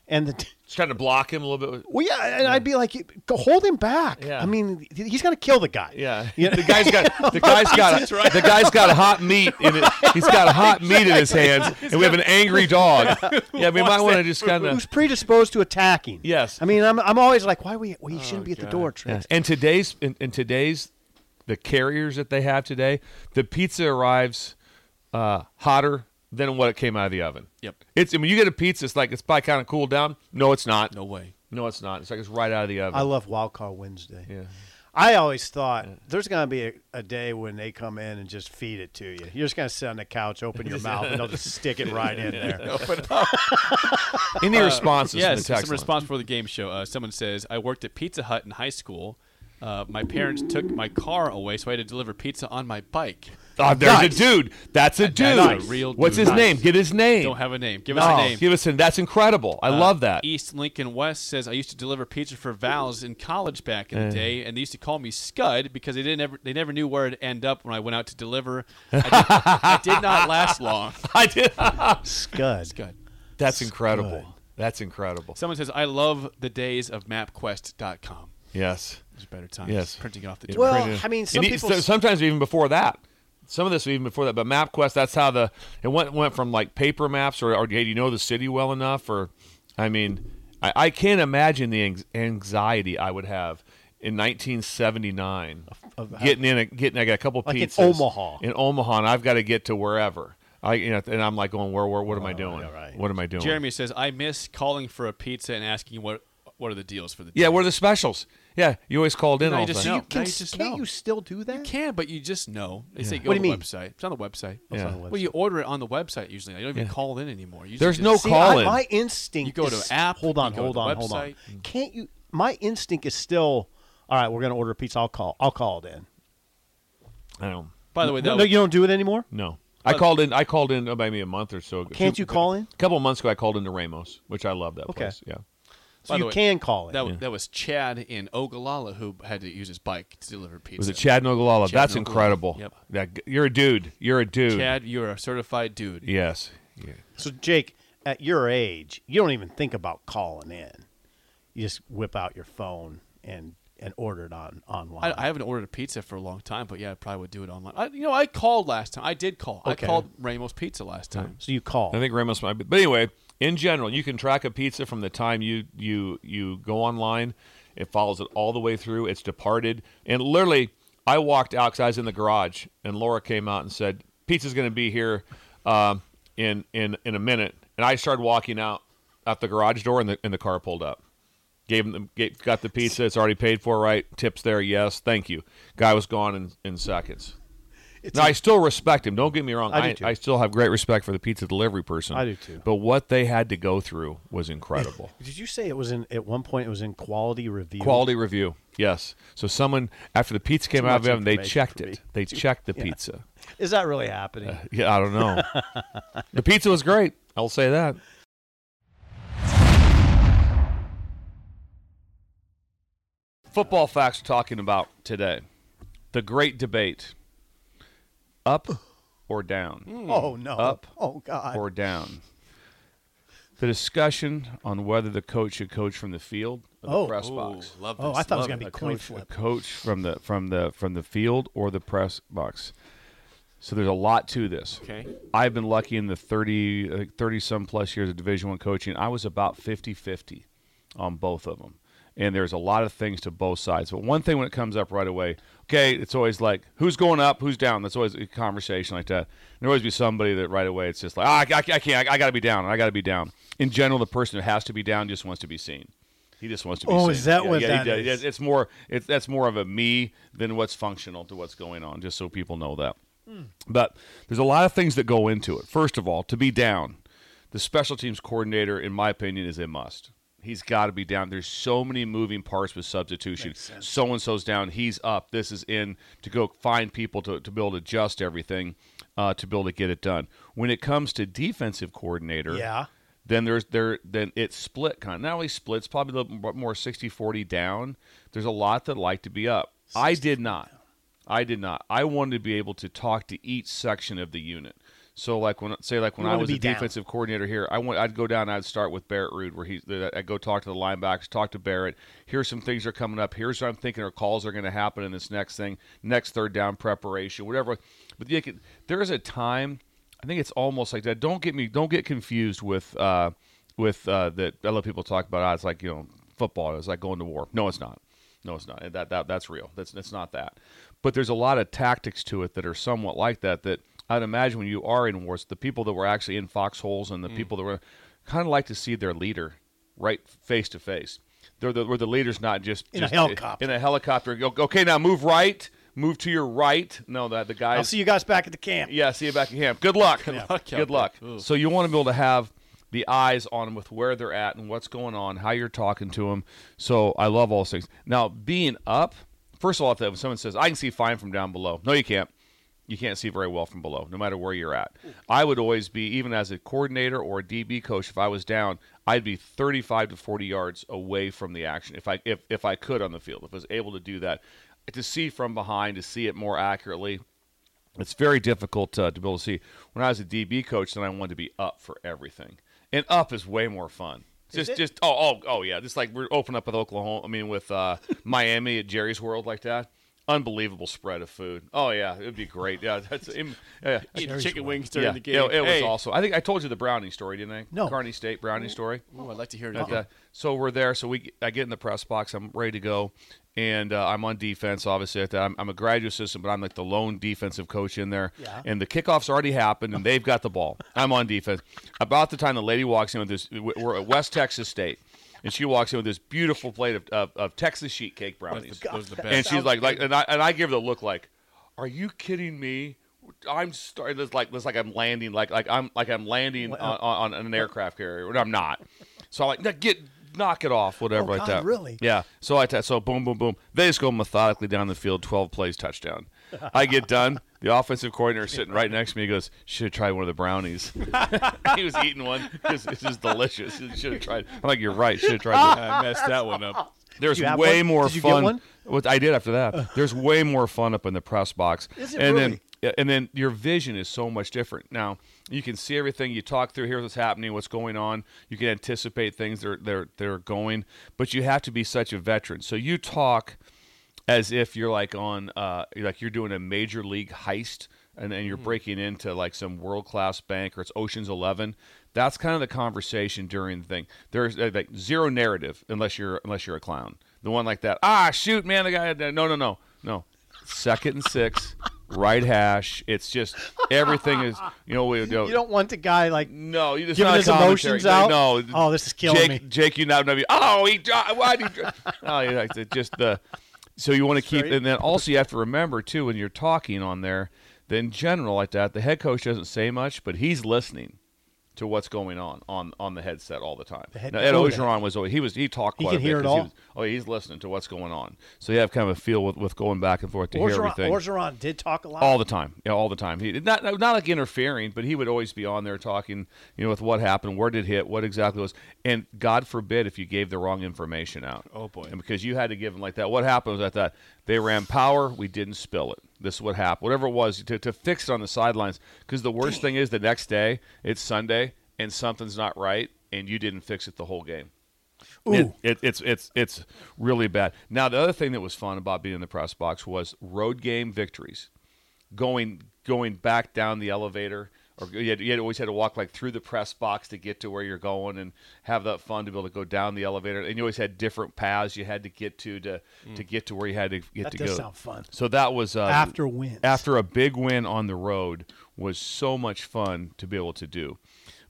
[SPEAKER 4] and the.
[SPEAKER 2] Just trying to block him a little bit.
[SPEAKER 4] Well, yeah, and I'd be like, "Go hold him back.
[SPEAKER 2] Yeah.
[SPEAKER 4] I mean, he's gonna kill the guy.
[SPEAKER 2] Yeah,
[SPEAKER 4] You know?
[SPEAKER 2] the guy's got the guy's got the guy's got hot meat in it. He's got hot meat in his hands, and we have an angry dog. Yeah, we might want to just kind
[SPEAKER 4] who's
[SPEAKER 2] of.
[SPEAKER 4] predisposed to attacking.
[SPEAKER 2] Yes.
[SPEAKER 4] I mean, I'm, I'm always like, why we we shouldn't be at the door, Trix.
[SPEAKER 2] And today's in, in today's the carriers that they have today, the pizza arrives uh, hotter than what it came out of the oven.
[SPEAKER 3] Yep.
[SPEAKER 2] It's I mean you get a pizza, it's like it's probably kind of cooled down. No, it's not.
[SPEAKER 3] no way.
[SPEAKER 2] no, it's not. It's like it's right out of the oven.
[SPEAKER 4] I love Wild Card Wednesday.
[SPEAKER 2] yeah.
[SPEAKER 4] I always thought there's gonna be a, a day when they come in and just feed it to you. You're just gonna sit on the couch, open your mouth, and they'll just stick it right in there.
[SPEAKER 2] Any responses? from
[SPEAKER 3] Yes,
[SPEAKER 2] the text
[SPEAKER 3] Uh, some
[SPEAKER 2] line?
[SPEAKER 3] response for the game show. Uh, someone says, "I worked at Pizza Hut in high school. Uh, my parents took my car away, so I had to deliver pizza on my bike.
[SPEAKER 2] Oh, there's
[SPEAKER 4] Nice.
[SPEAKER 2] a dude. That's a dude.
[SPEAKER 3] that's a real
[SPEAKER 2] What's
[SPEAKER 3] dude.
[SPEAKER 2] his
[SPEAKER 3] Nice.
[SPEAKER 2] name? Get his name.
[SPEAKER 3] Don't have a name. Give
[SPEAKER 2] no,
[SPEAKER 3] us a name." Uh,
[SPEAKER 2] Give us a That's incredible. I love that.
[SPEAKER 3] East Lincoln West says, "I used to deliver pizza for Val's in college back in
[SPEAKER 2] Eh.
[SPEAKER 3] the day, and they used to call me Scud because they didn't ever they never knew where it'd end up when I went out to deliver. I did, I did not last long.
[SPEAKER 2] I did.
[SPEAKER 4] Scud.
[SPEAKER 3] Scud."
[SPEAKER 2] That's incredible. That's incredible.
[SPEAKER 3] Someone says, "I love the days of MapQuest.com.
[SPEAKER 2] Yes.
[SPEAKER 3] There's better times.
[SPEAKER 2] Yes.
[SPEAKER 3] printing off the
[SPEAKER 2] Yeah.
[SPEAKER 4] Well,
[SPEAKER 2] Pretty-
[SPEAKER 4] I mean, some
[SPEAKER 2] and e-
[SPEAKER 4] people-
[SPEAKER 2] so- sometimes even before that. Some of this even before that, but MapQuest. That's how the it went went from like paper maps or, or hey, do you know the city well enough? Or, I mean, I, I can't imagine the anx- anxiety I would have in 1979
[SPEAKER 4] of how-
[SPEAKER 2] getting in a, getting. I got a couple
[SPEAKER 4] Like in
[SPEAKER 2] pizzas
[SPEAKER 4] Omaha.
[SPEAKER 2] in Omaha, and I've got to get to wherever. I you know, and I'm like going where where what am I doing?
[SPEAKER 4] right.
[SPEAKER 2] What am I doing?
[SPEAKER 3] Jeremy says, "I miss calling for a pizza and asking what what are the deals for the
[SPEAKER 2] Yeah, what are the specials? Yeah, you always called in
[SPEAKER 3] No, you
[SPEAKER 2] all the
[SPEAKER 3] just
[SPEAKER 2] time.
[SPEAKER 3] know.
[SPEAKER 4] You can,
[SPEAKER 3] Now you just
[SPEAKER 4] can't
[SPEAKER 3] know.
[SPEAKER 4] you still do that?
[SPEAKER 3] You can, but you just know. They say go
[SPEAKER 4] What
[SPEAKER 3] to
[SPEAKER 4] do
[SPEAKER 3] the
[SPEAKER 4] you mean?
[SPEAKER 3] website. It's on the website.
[SPEAKER 4] it's on
[SPEAKER 2] Yeah.
[SPEAKER 4] the website.
[SPEAKER 3] Well, you order it on the website usually. I don't even
[SPEAKER 2] Yeah.
[SPEAKER 3] call in anymore. Usually
[SPEAKER 2] There's
[SPEAKER 3] just-
[SPEAKER 2] no
[SPEAKER 4] See,
[SPEAKER 2] call
[SPEAKER 4] I,
[SPEAKER 2] in.
[SPEAKER 4] my instinct.
[SPEAKER 3] You go to
[SPEAKER 4] is,
[SPEAKER 3] app,
[SPEAKER 4] Hold on,
[SPEAKER 3] you go to
[SPEAKER 4] hold
[SPEAKER 3] the
[SPEAKER 4] on, hold on.
[SPEAKER 3] website. Mm.
[SPEAKER 4] Can't you? My instinct is still. All right, we're gonna order a pizza. I'll call. I'll call it in.
[SPEAKER 2] I don't.
[SPEAKER 3] By the way,
[SPEAKER 4] No,
[SPEAKER 3] that
[SPEAKER 4] no,
[SPEAKER 3] was-
[SPEAKER 4] you don't do it anymore.
[SPEAKER 2] No. I called in. I called in uh, maybe a month or so ago.
[SPEAKER 4] Can't
[SPEAKER 2] Two-
[SPEAKER 4] you call in?
[SPEAKER 2] A couple of months ago, I called into Ramos, which I love that
[SPEAKER 4] Okay.
[SPEAKER 2] place. Yeah.
[SPEAKER 3] By
[SPEAKER 4] So
[SPEAKER 3] the
[SPEAKER 4] you
[SPEAKER 3] way,
[SPEAKER 4] can call
[SPEAKER 2] Oh,
[SPEAKER 4] it.
[SPEAKER 3] that, was, that was Chad in Ogallala who had to use his bike to deliver pizza.
[SPEAKER 2] Was it Chad Nogalala?
[SPEAKER 3] Chad
[SPEAKER 2] That's
[SPEAKER 3] Nogalala.
[SPEAKER 2] incredible.
[SPEAKER 3] Yep.
[SPEAKER 2] That g- you're a dude. You're a dude.
[SPEAKER 3] Chad, you're a certified dude.
[SPEAKER 2] Yes. Yeah.
[SPEAKER 4] so Jake, at your age, you don't even think about calling in. You just whip out your phone and and order it on online.
[SPEAKER 3] I, I haven't ordered a pizza for a long time, but yeah, I probably would do it online. I, you know, I called last time. I did call.
[SPEAKER 4] Okay.
[SPEAKER 3] I called Ramos Pizza last time.
[SPEAKER 4] so you call.
[SPEAKER 2] I think Ramos might be. But anyway, in general, you can track a pizza from the time you you you go online. It follows it all the way through. It's departed, and literally, I walked out because I was in the garage, and Laura came out and said, "Pizza's going to be here um, in in in a minute." And I started walking out out the garage door, and the and the car pulled up. Gave him the gave, got the pizza. It's already paid for, right? Tips there, yes. Thank you. Guy was gone in, in seconds. Now I still respect him. Don't get me wrong.
[SPEAKER 4] I do
[SPEAKER 2] I,
[SPEAKER 4] too.
[SPEAKER 2] I still have great respect for the pizza delivery person.
[SPEAKER 4] I do too.
[SPEAKER 2] But what they had to go through was incredible.
[SPEAKER 4] Did you say it was in at one point? It was in quality review.
[SPEAKER 2] Quality review. Yes. So someone after the pizza came
[SPEAKER 4] Too
[SPEAKER 2] out of
[SPEAKER 4] much
[SPEAKER 2] oven, they
[SPEAKER 4] information
[SPEAKER 2] checked
[SPEAKER 4] for me.
[SPEAKER 2] it. They checked the pizza.
[SPEAKER 4] is that really happening?
[SPEAKER 2] Yeah, I don't know. the pizza was great. I'll say that. Football facts we're talking about today. The great debate. Up or down?
[SPEAKER 4] oh no!
[SPEAKER 2] Up
[SPEAKER 4] oh God!
[SPEAKER 2] or down. The discussion on whether the coach should coach from the field or the
[SPEAKER 4] Oh.
[SPEAKER 2] press
[SPEAKER 3] Ooh,
[SPEAKER 2] box.
[SPEAKER 3] love
[SPEAKER 4] oh,
[SPEAKER 3] this.
[SPEAKER 4] I thought it was
[SPEAKER 3] Love
[SPEAKER 4] gonna be
[SPEAKER 3] it.
[SPEAKER 4] coin
[SPEAKER 3] Coach-
[SPEAKER 4] flip.
[SPEAKER 2] A coach from the from the from the field or the press box. So there's a lot to this.
[SPEAKER 3] Okay.
[SPEAKER 2] I've been lucky in the 30 I think 30 some plus years of division 1 coaching. I was about 50-50 on both of them. And there's a lot of things to both sides. But one thing when it comes up right away, okay, it's always like who's going up, who's down. That's always a conversation like that. And there always be somebody that right away it's just like, "Ah, I, I, I can't, I, got to be down, I got to be down. In general, the person who has to be down just wants to be seen. He just wants to be
[SPEAKER 4] Oh,
[SPEAKER 2] seen.
[SPEAKER 4] is that
[SPEAKER 2] yeah,
[SPEAKER 4] what
[SPEAKER 2] yeah,
[SPEAKER 4] that
[SPEAKER 2] he does.
[SPEAKER 4] is?
[SPEAKER 2] Yes, it's more it's that's more of a me than what's functional to what's going on just so people know that but there's a lot of things that go into it first of all to be down the special teams coordinator in my opinion is a must he's got to be down there's so many moving parts with substitution so and so's down he's up this is in to go find people to, to be able to adjust everything uh, to be able to get it done when it comes to defensive coordinator
[SPEAKER 4] Yeah.
[SPEAKER 2] then there's there then it's split kind of not only splits probably a little bit more 60 40 down there's a lot that like to be up i did not i did not i wanted to be able to talk to each section of the unit so like when say like when
[SPEAKER 4] You
[SPEAKER 2] i
[SPEAKER 4] wanna
[SPEAKER 2] was a
[SPEAKER 4] be down.
[SPEAKER 2] defensive coordinator here i went i'd go down and i'd start with barrett rude where he's i'd go talk to the linebackers talk to barrett here's some things that are coming up here's what i'm thinking are calls are going to happen in this next thing next third down preparation whatever but you can, there is a time I think it's almost like that. Don't get me. Don't get confused with uh, with uh, that. I love people talk about. Ah, it's like you know football. It's like going to war. No, it's not. No, it's not. That that that's real. That's that's not that. But there's a lot of tactics to it that are somewhat like that. That I'd imagine when you are in wars, the people that were actually in foxholes
[SPEAKER 4] Mm.
[SPEAKER 2] and the people that were kind of like to see their leader right face to face. They're the, where the leader's not just
[SPEAKER 4] In a
[SPEAKER 2] just-
[SPEAKER 4] helicopter.
[SPEAKER 2] In a helicopter. Go, okay, now move right. Move to your right. No, that the guy.
[SPEAKER 4] I'll see you guys back at the camp.
[SPEAKER 2] Yeah, see you back at camp. Good luck. Good
[SPEAKER 3] luck out there.
[SPEAKER 2] Good luck. So you want to be able to have the eyes on them with where they're at and what's going on, how you're talking to them. So I love all those things. Now being up, first of all, if someone says I can see fine from down below, no, you can't. You can't see very well from below, no matter where you're at. I would always be, even as a coordinator or a DB coach, if I was down, I'd be 35 to 40 yards away from the action if I if, if I could on the field, if I was able to do that, to see from behind, to see it more accurately it's very difficult uh, to be able to see. When I was a DB coach, then I wanted to be up for everything, and up is way more fun. Just,
[SPEAKER 4] it?
[SPEAKER 2] just oh, oh, oh, yeah. Just like we're opening up with Oklahoma. I mean, with uh, Miami at Jerry's World, like that. Unbelievable spread of food. Oh yeah, it'd be great. Yeah, that's im- yeah,
[SPEAKER 3] Eat chicken wings during
[SPEAKER 2] yeah,
[SPEAKER 3] the game.
[SPEAKER 2] yeah, It, was
[SPEAKER 3] Hey.
[SPEAKER 2] also. I think I told you the Browning story, didn't I?
[SPEAKER 4] No.
[SPEAKER 2] Carney State Browning story.
[SPEAKER 3] Ooh, I'd like to hear it
[SPEAKER 2] At
[SPEAKER 3] again.
[SPEAKER 2] the- so we're there. So we, I get in the press box. I'm ready to go, and uh, I'm on defense. Obviously, at that. I'm, I'm a graduate assistant, but I'm like the lone defensive coach in there.
[SPEAKER 4] Yeah.
[SPEAKER 2] And the kickoffs already happened, and they've got the ball. I'm on defense. About the time the lady walks in with this, we're at West Texas State. and she walks in with this beautiful plate of, of, of Texas sheet cake brownies.
[SPEAKER 3] Those- those are the best.
[SPEAKER 2] And she's like, like, and I and I give her the look like, "Are you kidding me?" I'm starting. It's like it's like I'm landing. Like like I'm like I'm landing on, on an aircraft carrier. And I'm not. So I'm like, "No, get knock it off, whatever
[SPEAKER 5] Oh,
[SPEAKER 2] like
[SPEAKER 5] God,
[SPEAKER 2] that.
[SPEAKER 5] really?
[SPEAKER 2] Yeah. So I t- so boom boom boom. They just go methodically down the field, twelve plays, touchdown. I get done. The offensive coordinator sitting right next to me goes, "Should have tried one of the brownies." he was eating one. This this is delicious. Should have tried. I'm like, "You're right. Should have tried." the-"
[SPEAKER 3] I messed that one up.
[SPEAKER 2] There's
[SPEAKER 4] you have
[SPEAKER 2] way
[SPEAKER 4] one?
[SPEAKER 2] more
[SPEAKER 4] Did you get
[SPEAKER 2] fun.
[SPEAKER 4] one?
[SPEAKER 2] What I did after that. There's way more fun up in the press box.
[SPEAKER 5] Is it
[SPEAKER 2] and
[SPEAKER 5] really?
[SPEAKER 2] then yeah, and then your vision is so much different. Now you can see everything. You talk through. Here's what's happening. What's going on. You can anticipate things. They're they're they're going. But you have to be such a veteran. So you talk as if you're like on uh you're like you're doing a major league heist and then you're breaking into like some world class bank or it's Ocean's Eleven. That's kind of the conversation during the thing. There's uh, like zero narrative unless you're unless you're a clown. The one like that. Ah, shoot, man, the guy. had that." No, no, no, no. Second and six, right hash. It's just everything is. You know we
[SPEAKER 4] You don't want the guy like
[SPEAKER 2] no, you just
[SPEAKER 4] Giving
[SPEAKER 2] not
[SPEAKER 4] his
[SPEAKER 2] commentary.
[SPEAKER 4] emotions out?
[SPEAKER 2] No.
[SPEAKER 4] Oh, this is killing
[SPEAKER 2] Jake,
[SPEAKER 4] me.
[SPEAKER 2] Jake, you now know you. Oh, he dri- Why did he? Dri-? oh, yeah, it's just the. So you want to keep, and then also you have to remember too when you're talking on there. That in general, like that, the head coach doesn't say much, but he's listening to what's going on on on the headset all the time.
[SPEAKER 4] head-
[SPEAKER 2] now, Ed
[SPEAKER 4] oh, yeah.
[SPEAKER 2] Ogeron was always he was he talked
[SPEAKER 4] He
[SPEAKER 2] quite a
[SPEAKER 4] can
[SPEAKER 2] bit
[SPEAKER 4] hear it
[SPEAKER 2] 'cause he
[SPEAKER 4] all?
[SPEAKER 2] was- oh, he's listening to what's going on. So you have kind of a feel with, with going back and forth to hear
[SPEAKER 4] Orgeron,
[SPEAKER 2] everything
[SPEAKER 4] Orgeron did talk a lot.
[SPEAKER 2] all the time. Yeah, all the time. He not not like interfering, but he would always be on there talking, you know, with what happened, where did it hit, what exactly was, and God forbid if you gave the wrong information out.
[SPEAKER 3] Oh, boy.
[SPEAKER 2] And because you had to give them like that. What happened was I thought they ran power, we didn't spill it. This is what happened. Whatever it was to to fix it on the sidelines because the worst thing is the next day, it's Sunday and something's not right and you didn't fix it the whole game. It, it, it's it's it's really bad. Now the other thing that was fun about being in the press box was road game victories, going going back down the elevator, or you, had, you had always had to walk like through the press box to get to where you're going, and have that fun to be able to go down the elevator. And you always had different paths you had to get to to to get to where you had to get
[SPEAKER 4] Mm. That
[SPEAKER 2] to
[SPEAKER 4] does
[SPEAKER 2] go.
[SPEAKER 4] sound fun.
[SPEAKER 2] So that was uh,
[SPEAKER 4] After wins.
[SPEAKER 2] After a big win on the road was so much fun to be able to do.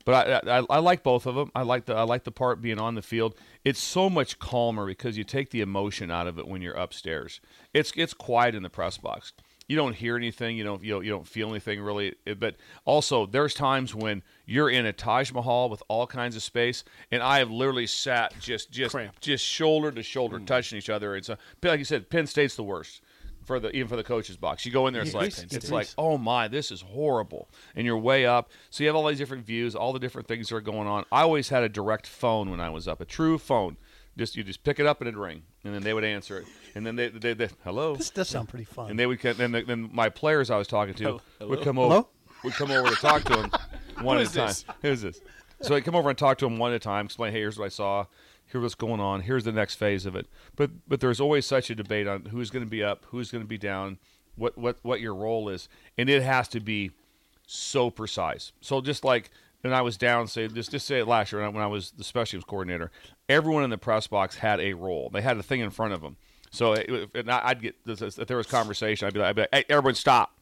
[SPEAKER 2] But I, I, I like both of them. I like the I like the part being on the field. It's so much calmer because you take the emotion out of it when you're upstairs. It's it's quiet in the press box. You don't hear anything. You don't you don't, you don't feel anything really. It- But also there's times when you're in a Taj Mahal with all kinds of space, and I have literally sat just just just shoulder to shoulder touching each other. It's a, like you said, Penn State's the worst for the even for the coaches box. You go in there, it's
[SPEAKER 4] Yeah,
[SPEAKER 2] like
[SPEAKER 4] it's-
[SPEAKER 2] it's
[SPEAKER 4] it's-
[SPEAKER 2] like oh my, this is horrible. And you're way up, so you have all these different views, all the different things that are going on. I always had a direct phone when I was up, a true phone. Just you just pick it up and it'd ring, and then they would answer it, and then they they, they hello,
[SPEAKER 4] This does sound pretty fun.
[SPEAKER 2] and they would co- then the, then my players I was talking to would come over
[SPEAKER 4] Hello?
[SPEAKER 2] would come over to talk to him one at a
[SPEAKER 3] Who is
[SPEAKER 2] time.
[SPEAKER 3] this?
[SPEAKER 2] Who's this? So I come over and talk to him one at a time, explain, hey, here's what I saw, here's what's going on, here's the next phase of it. But but there's always such a debate on who's going to be up, who's going to be down, what what what your role is, and it has to be so precise. So just like and I was down, say just just say it last year when I, when I was the special teams coordinator, everyone in the press box had a role. They had a thing in front of them. So it, and I- I'd get if there was conversation, I'd be like, I'd be like hey, everyone stop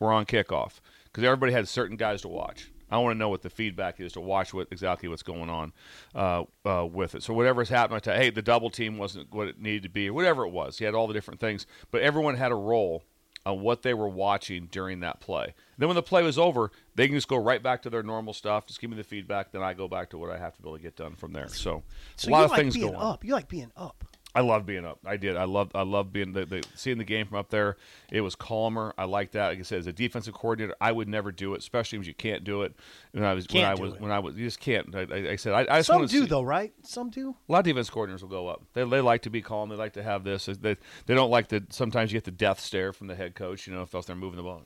[SPEAKER 2] we're on kickoff because everybody had certain guys to watch. I want to know what the feedback is to watch what exactly what's going on uh, uh, with it. So whatever's happening, I tell hey, the double team wasn't what it needed to be, or whatever it was. He had all the different things, but everyone had a role on what they were watching during that play. Then when the play was over, they can just go right back to their normal stuff. Just give me the feedback, then I go back to what I have to be able to get done from there. So,
[SPEAKER 4] so
[SPEAKER 2] a lot
[SPEAKER 4] you
[SPEAKER 2] of
[SPEAKER 4] like
[SPEAKER 2] things
[SPEAKER 4] being
[SPEAKER 2] going. on.
[SPEAKER 4] up. You like being up.
[SPEAKER 2] I love being up. I did. I loved. I loved being the, the seeing the game from up there. It was calmer. I like that. Like I said, as a defensive coordinator, I would never do it, especially when you can't do it. When I was when
[SPEAKER 4] Can't
[SPEAKER 2] I
[SPEAKER 4] do
[SPEAKER 2] was
[SPEAKER 4] it.
[SPEAKER 2] when I was you just can't. I, I, I said I, I just
[SPEAKER 4] Some
[SPEAKER 2] want to
[SPEAKER 4] do
[SPEAKER 2] see,
[SPEAKER 4] though, right? Some do.
[SPEAKER 2] a lot of defense coordinators will go up. They, they like to be calm. They like to have this. They, they don't like the. Sometimes you get the death stare from the head coach. You know, if else they're moving the ball,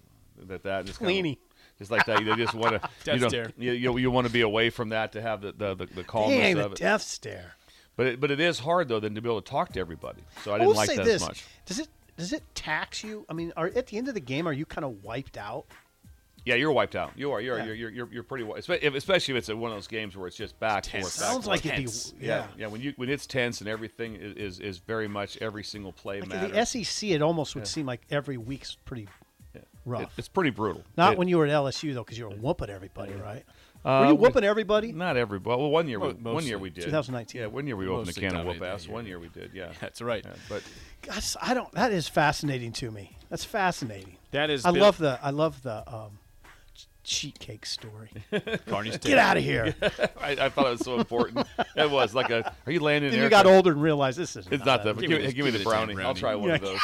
[SPEAKER 2] that that just kinda-
[SPEAKER 4] Leany.
[SPEAKER 2] just like that. They just want to.
[SPEAKER 3] Death
[SPEAKER 2] you don't-
[SPEAKER 3] stare.
[SPEAKER 2] You, you, you want to be away from that to have the the, the, the calmness
[SPEAKER 4] Dang, the
[SPEAKER 2] of it.
[SPEAKER 4] death stare.
[SPEAKER 2] but it, but it is hard though then to be able to talk to everybody. So I
[SPEAKER 4] I
[SPEAKER 2] didn't
[SPEAKER 4] will
[SPEAKER 2] like
[SPEAKER 4] say
[SPEAKER 2] that
[SPEAKER 4] this:
[SPEAKER 2] as much.
[SPEAKER 4] does it does it tax you? I mean, are at the end of the game, are you kind of wiped out?
[SPEAKER 2] Yeah, you're wiped out. You are. You're.
[SPEAKER 4] Yeah.
[SPEAKER 2] You're, you're. You're. You're pretty. wi- espe- if- Especially if it's a- one of those games where it's just back
[SPEAKER 3] Tense.
[SPEAKER 2] forth. Back
[SPEAKER 4] Sounds
[SPEAKER 2] forth.
[SPEAKER 4] like it'd be
[SPEAKER 3] tense.
[SPEAKER 4] yeah.
[SPEAKER 2] Yeah. When you when it's tense and everything is is, is very much every single play
[SPEAKER 4] Like in
[SPEAKER 2] matters.
[SPEAKER 4] the SEC, it almost would seem like every week's pretty
[SPEAKER 2] It-
[SPEAKER 4] rough.
[SPEAKER 2] it's pretty brutal.
[SPEAKER 4] Not
[SPEAKER 2] It- Uh,
[SPEAKER 4] when you were at LSU though, because you were whooping everybody, right? Were you
[SPEAKER 2] we-
[SPEAKER 4] whooping everybody?
[SPEAKER 2] Not every, but well, one year, we,
[SPEAKER 3] Mo-
[SPEAKER 2] one year we
[SPEAKER 3] mostly.
[SPEAKER 2] did.
[SPEAKER 4] 2019.
[SPEAKER 2] Yeah, one year we opened a
[SPEAKER 3] Mostly
[SPEAKER 2] can of
[SPEAKER 3] dominated
[SPEAKER 2] whoop ass.
[SPEAKER 3] that year.
[SPEAKER 2] One year we did. Yeah,
[SPEAKER 3] That's right.
[SPEAKER 2] Yeah, but
[SPEAKER 4] Gosh, I don't. That is fascinating to me. That's fascinating.
[SPEAKER 3] That is
[SPEAKER 4] I
[SPEAKER 3] Bill-
[SPEAKER 4] love the. I love the um, ch- cheat cake story.
[SPEAKER 3] Carney's
[SPEAKER 4] Get out of here.
[SPEAKER 2] I, I thought it was so important. it was like a. Are you landing?
[SPEAKER 4] then
[SPEAKER 2] an
[SPEAKER 4] you got
[SPEAKER 2] aircraft?
[SPEAKER 4] older and realized this is.
[SPEAKER 2] It's not that. Give,
[SPEAKER 3] Give me
[SPEAKER 2] me,
[SPEAKER 3] this-
[SPEAKER 2] give me
[SPEAKER 3] give
[SPEAKER 2] the
[SPEAKER 3] me the damn
[SPEAKER 2] brownie. I'll
[SPEAKER 3] brownie.
[SPEAKER 2] try one of those.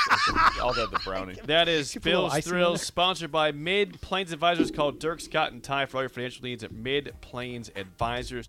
[SPEAKER 2] I'll have the brownie.
[SPEAKER 3] That is
[SPEAKER 4] put a little
[SPEAKER 3] Bill's
[SPEAKER 4] icing in
[SPEAKER 3] Thrills,
[SPEAKER 4] there?
[SPEAKER 3] sponsored by Mid Plains Advisors. Called Dirk Scott and Ty for all your financial needs at Mid Plains Advisors.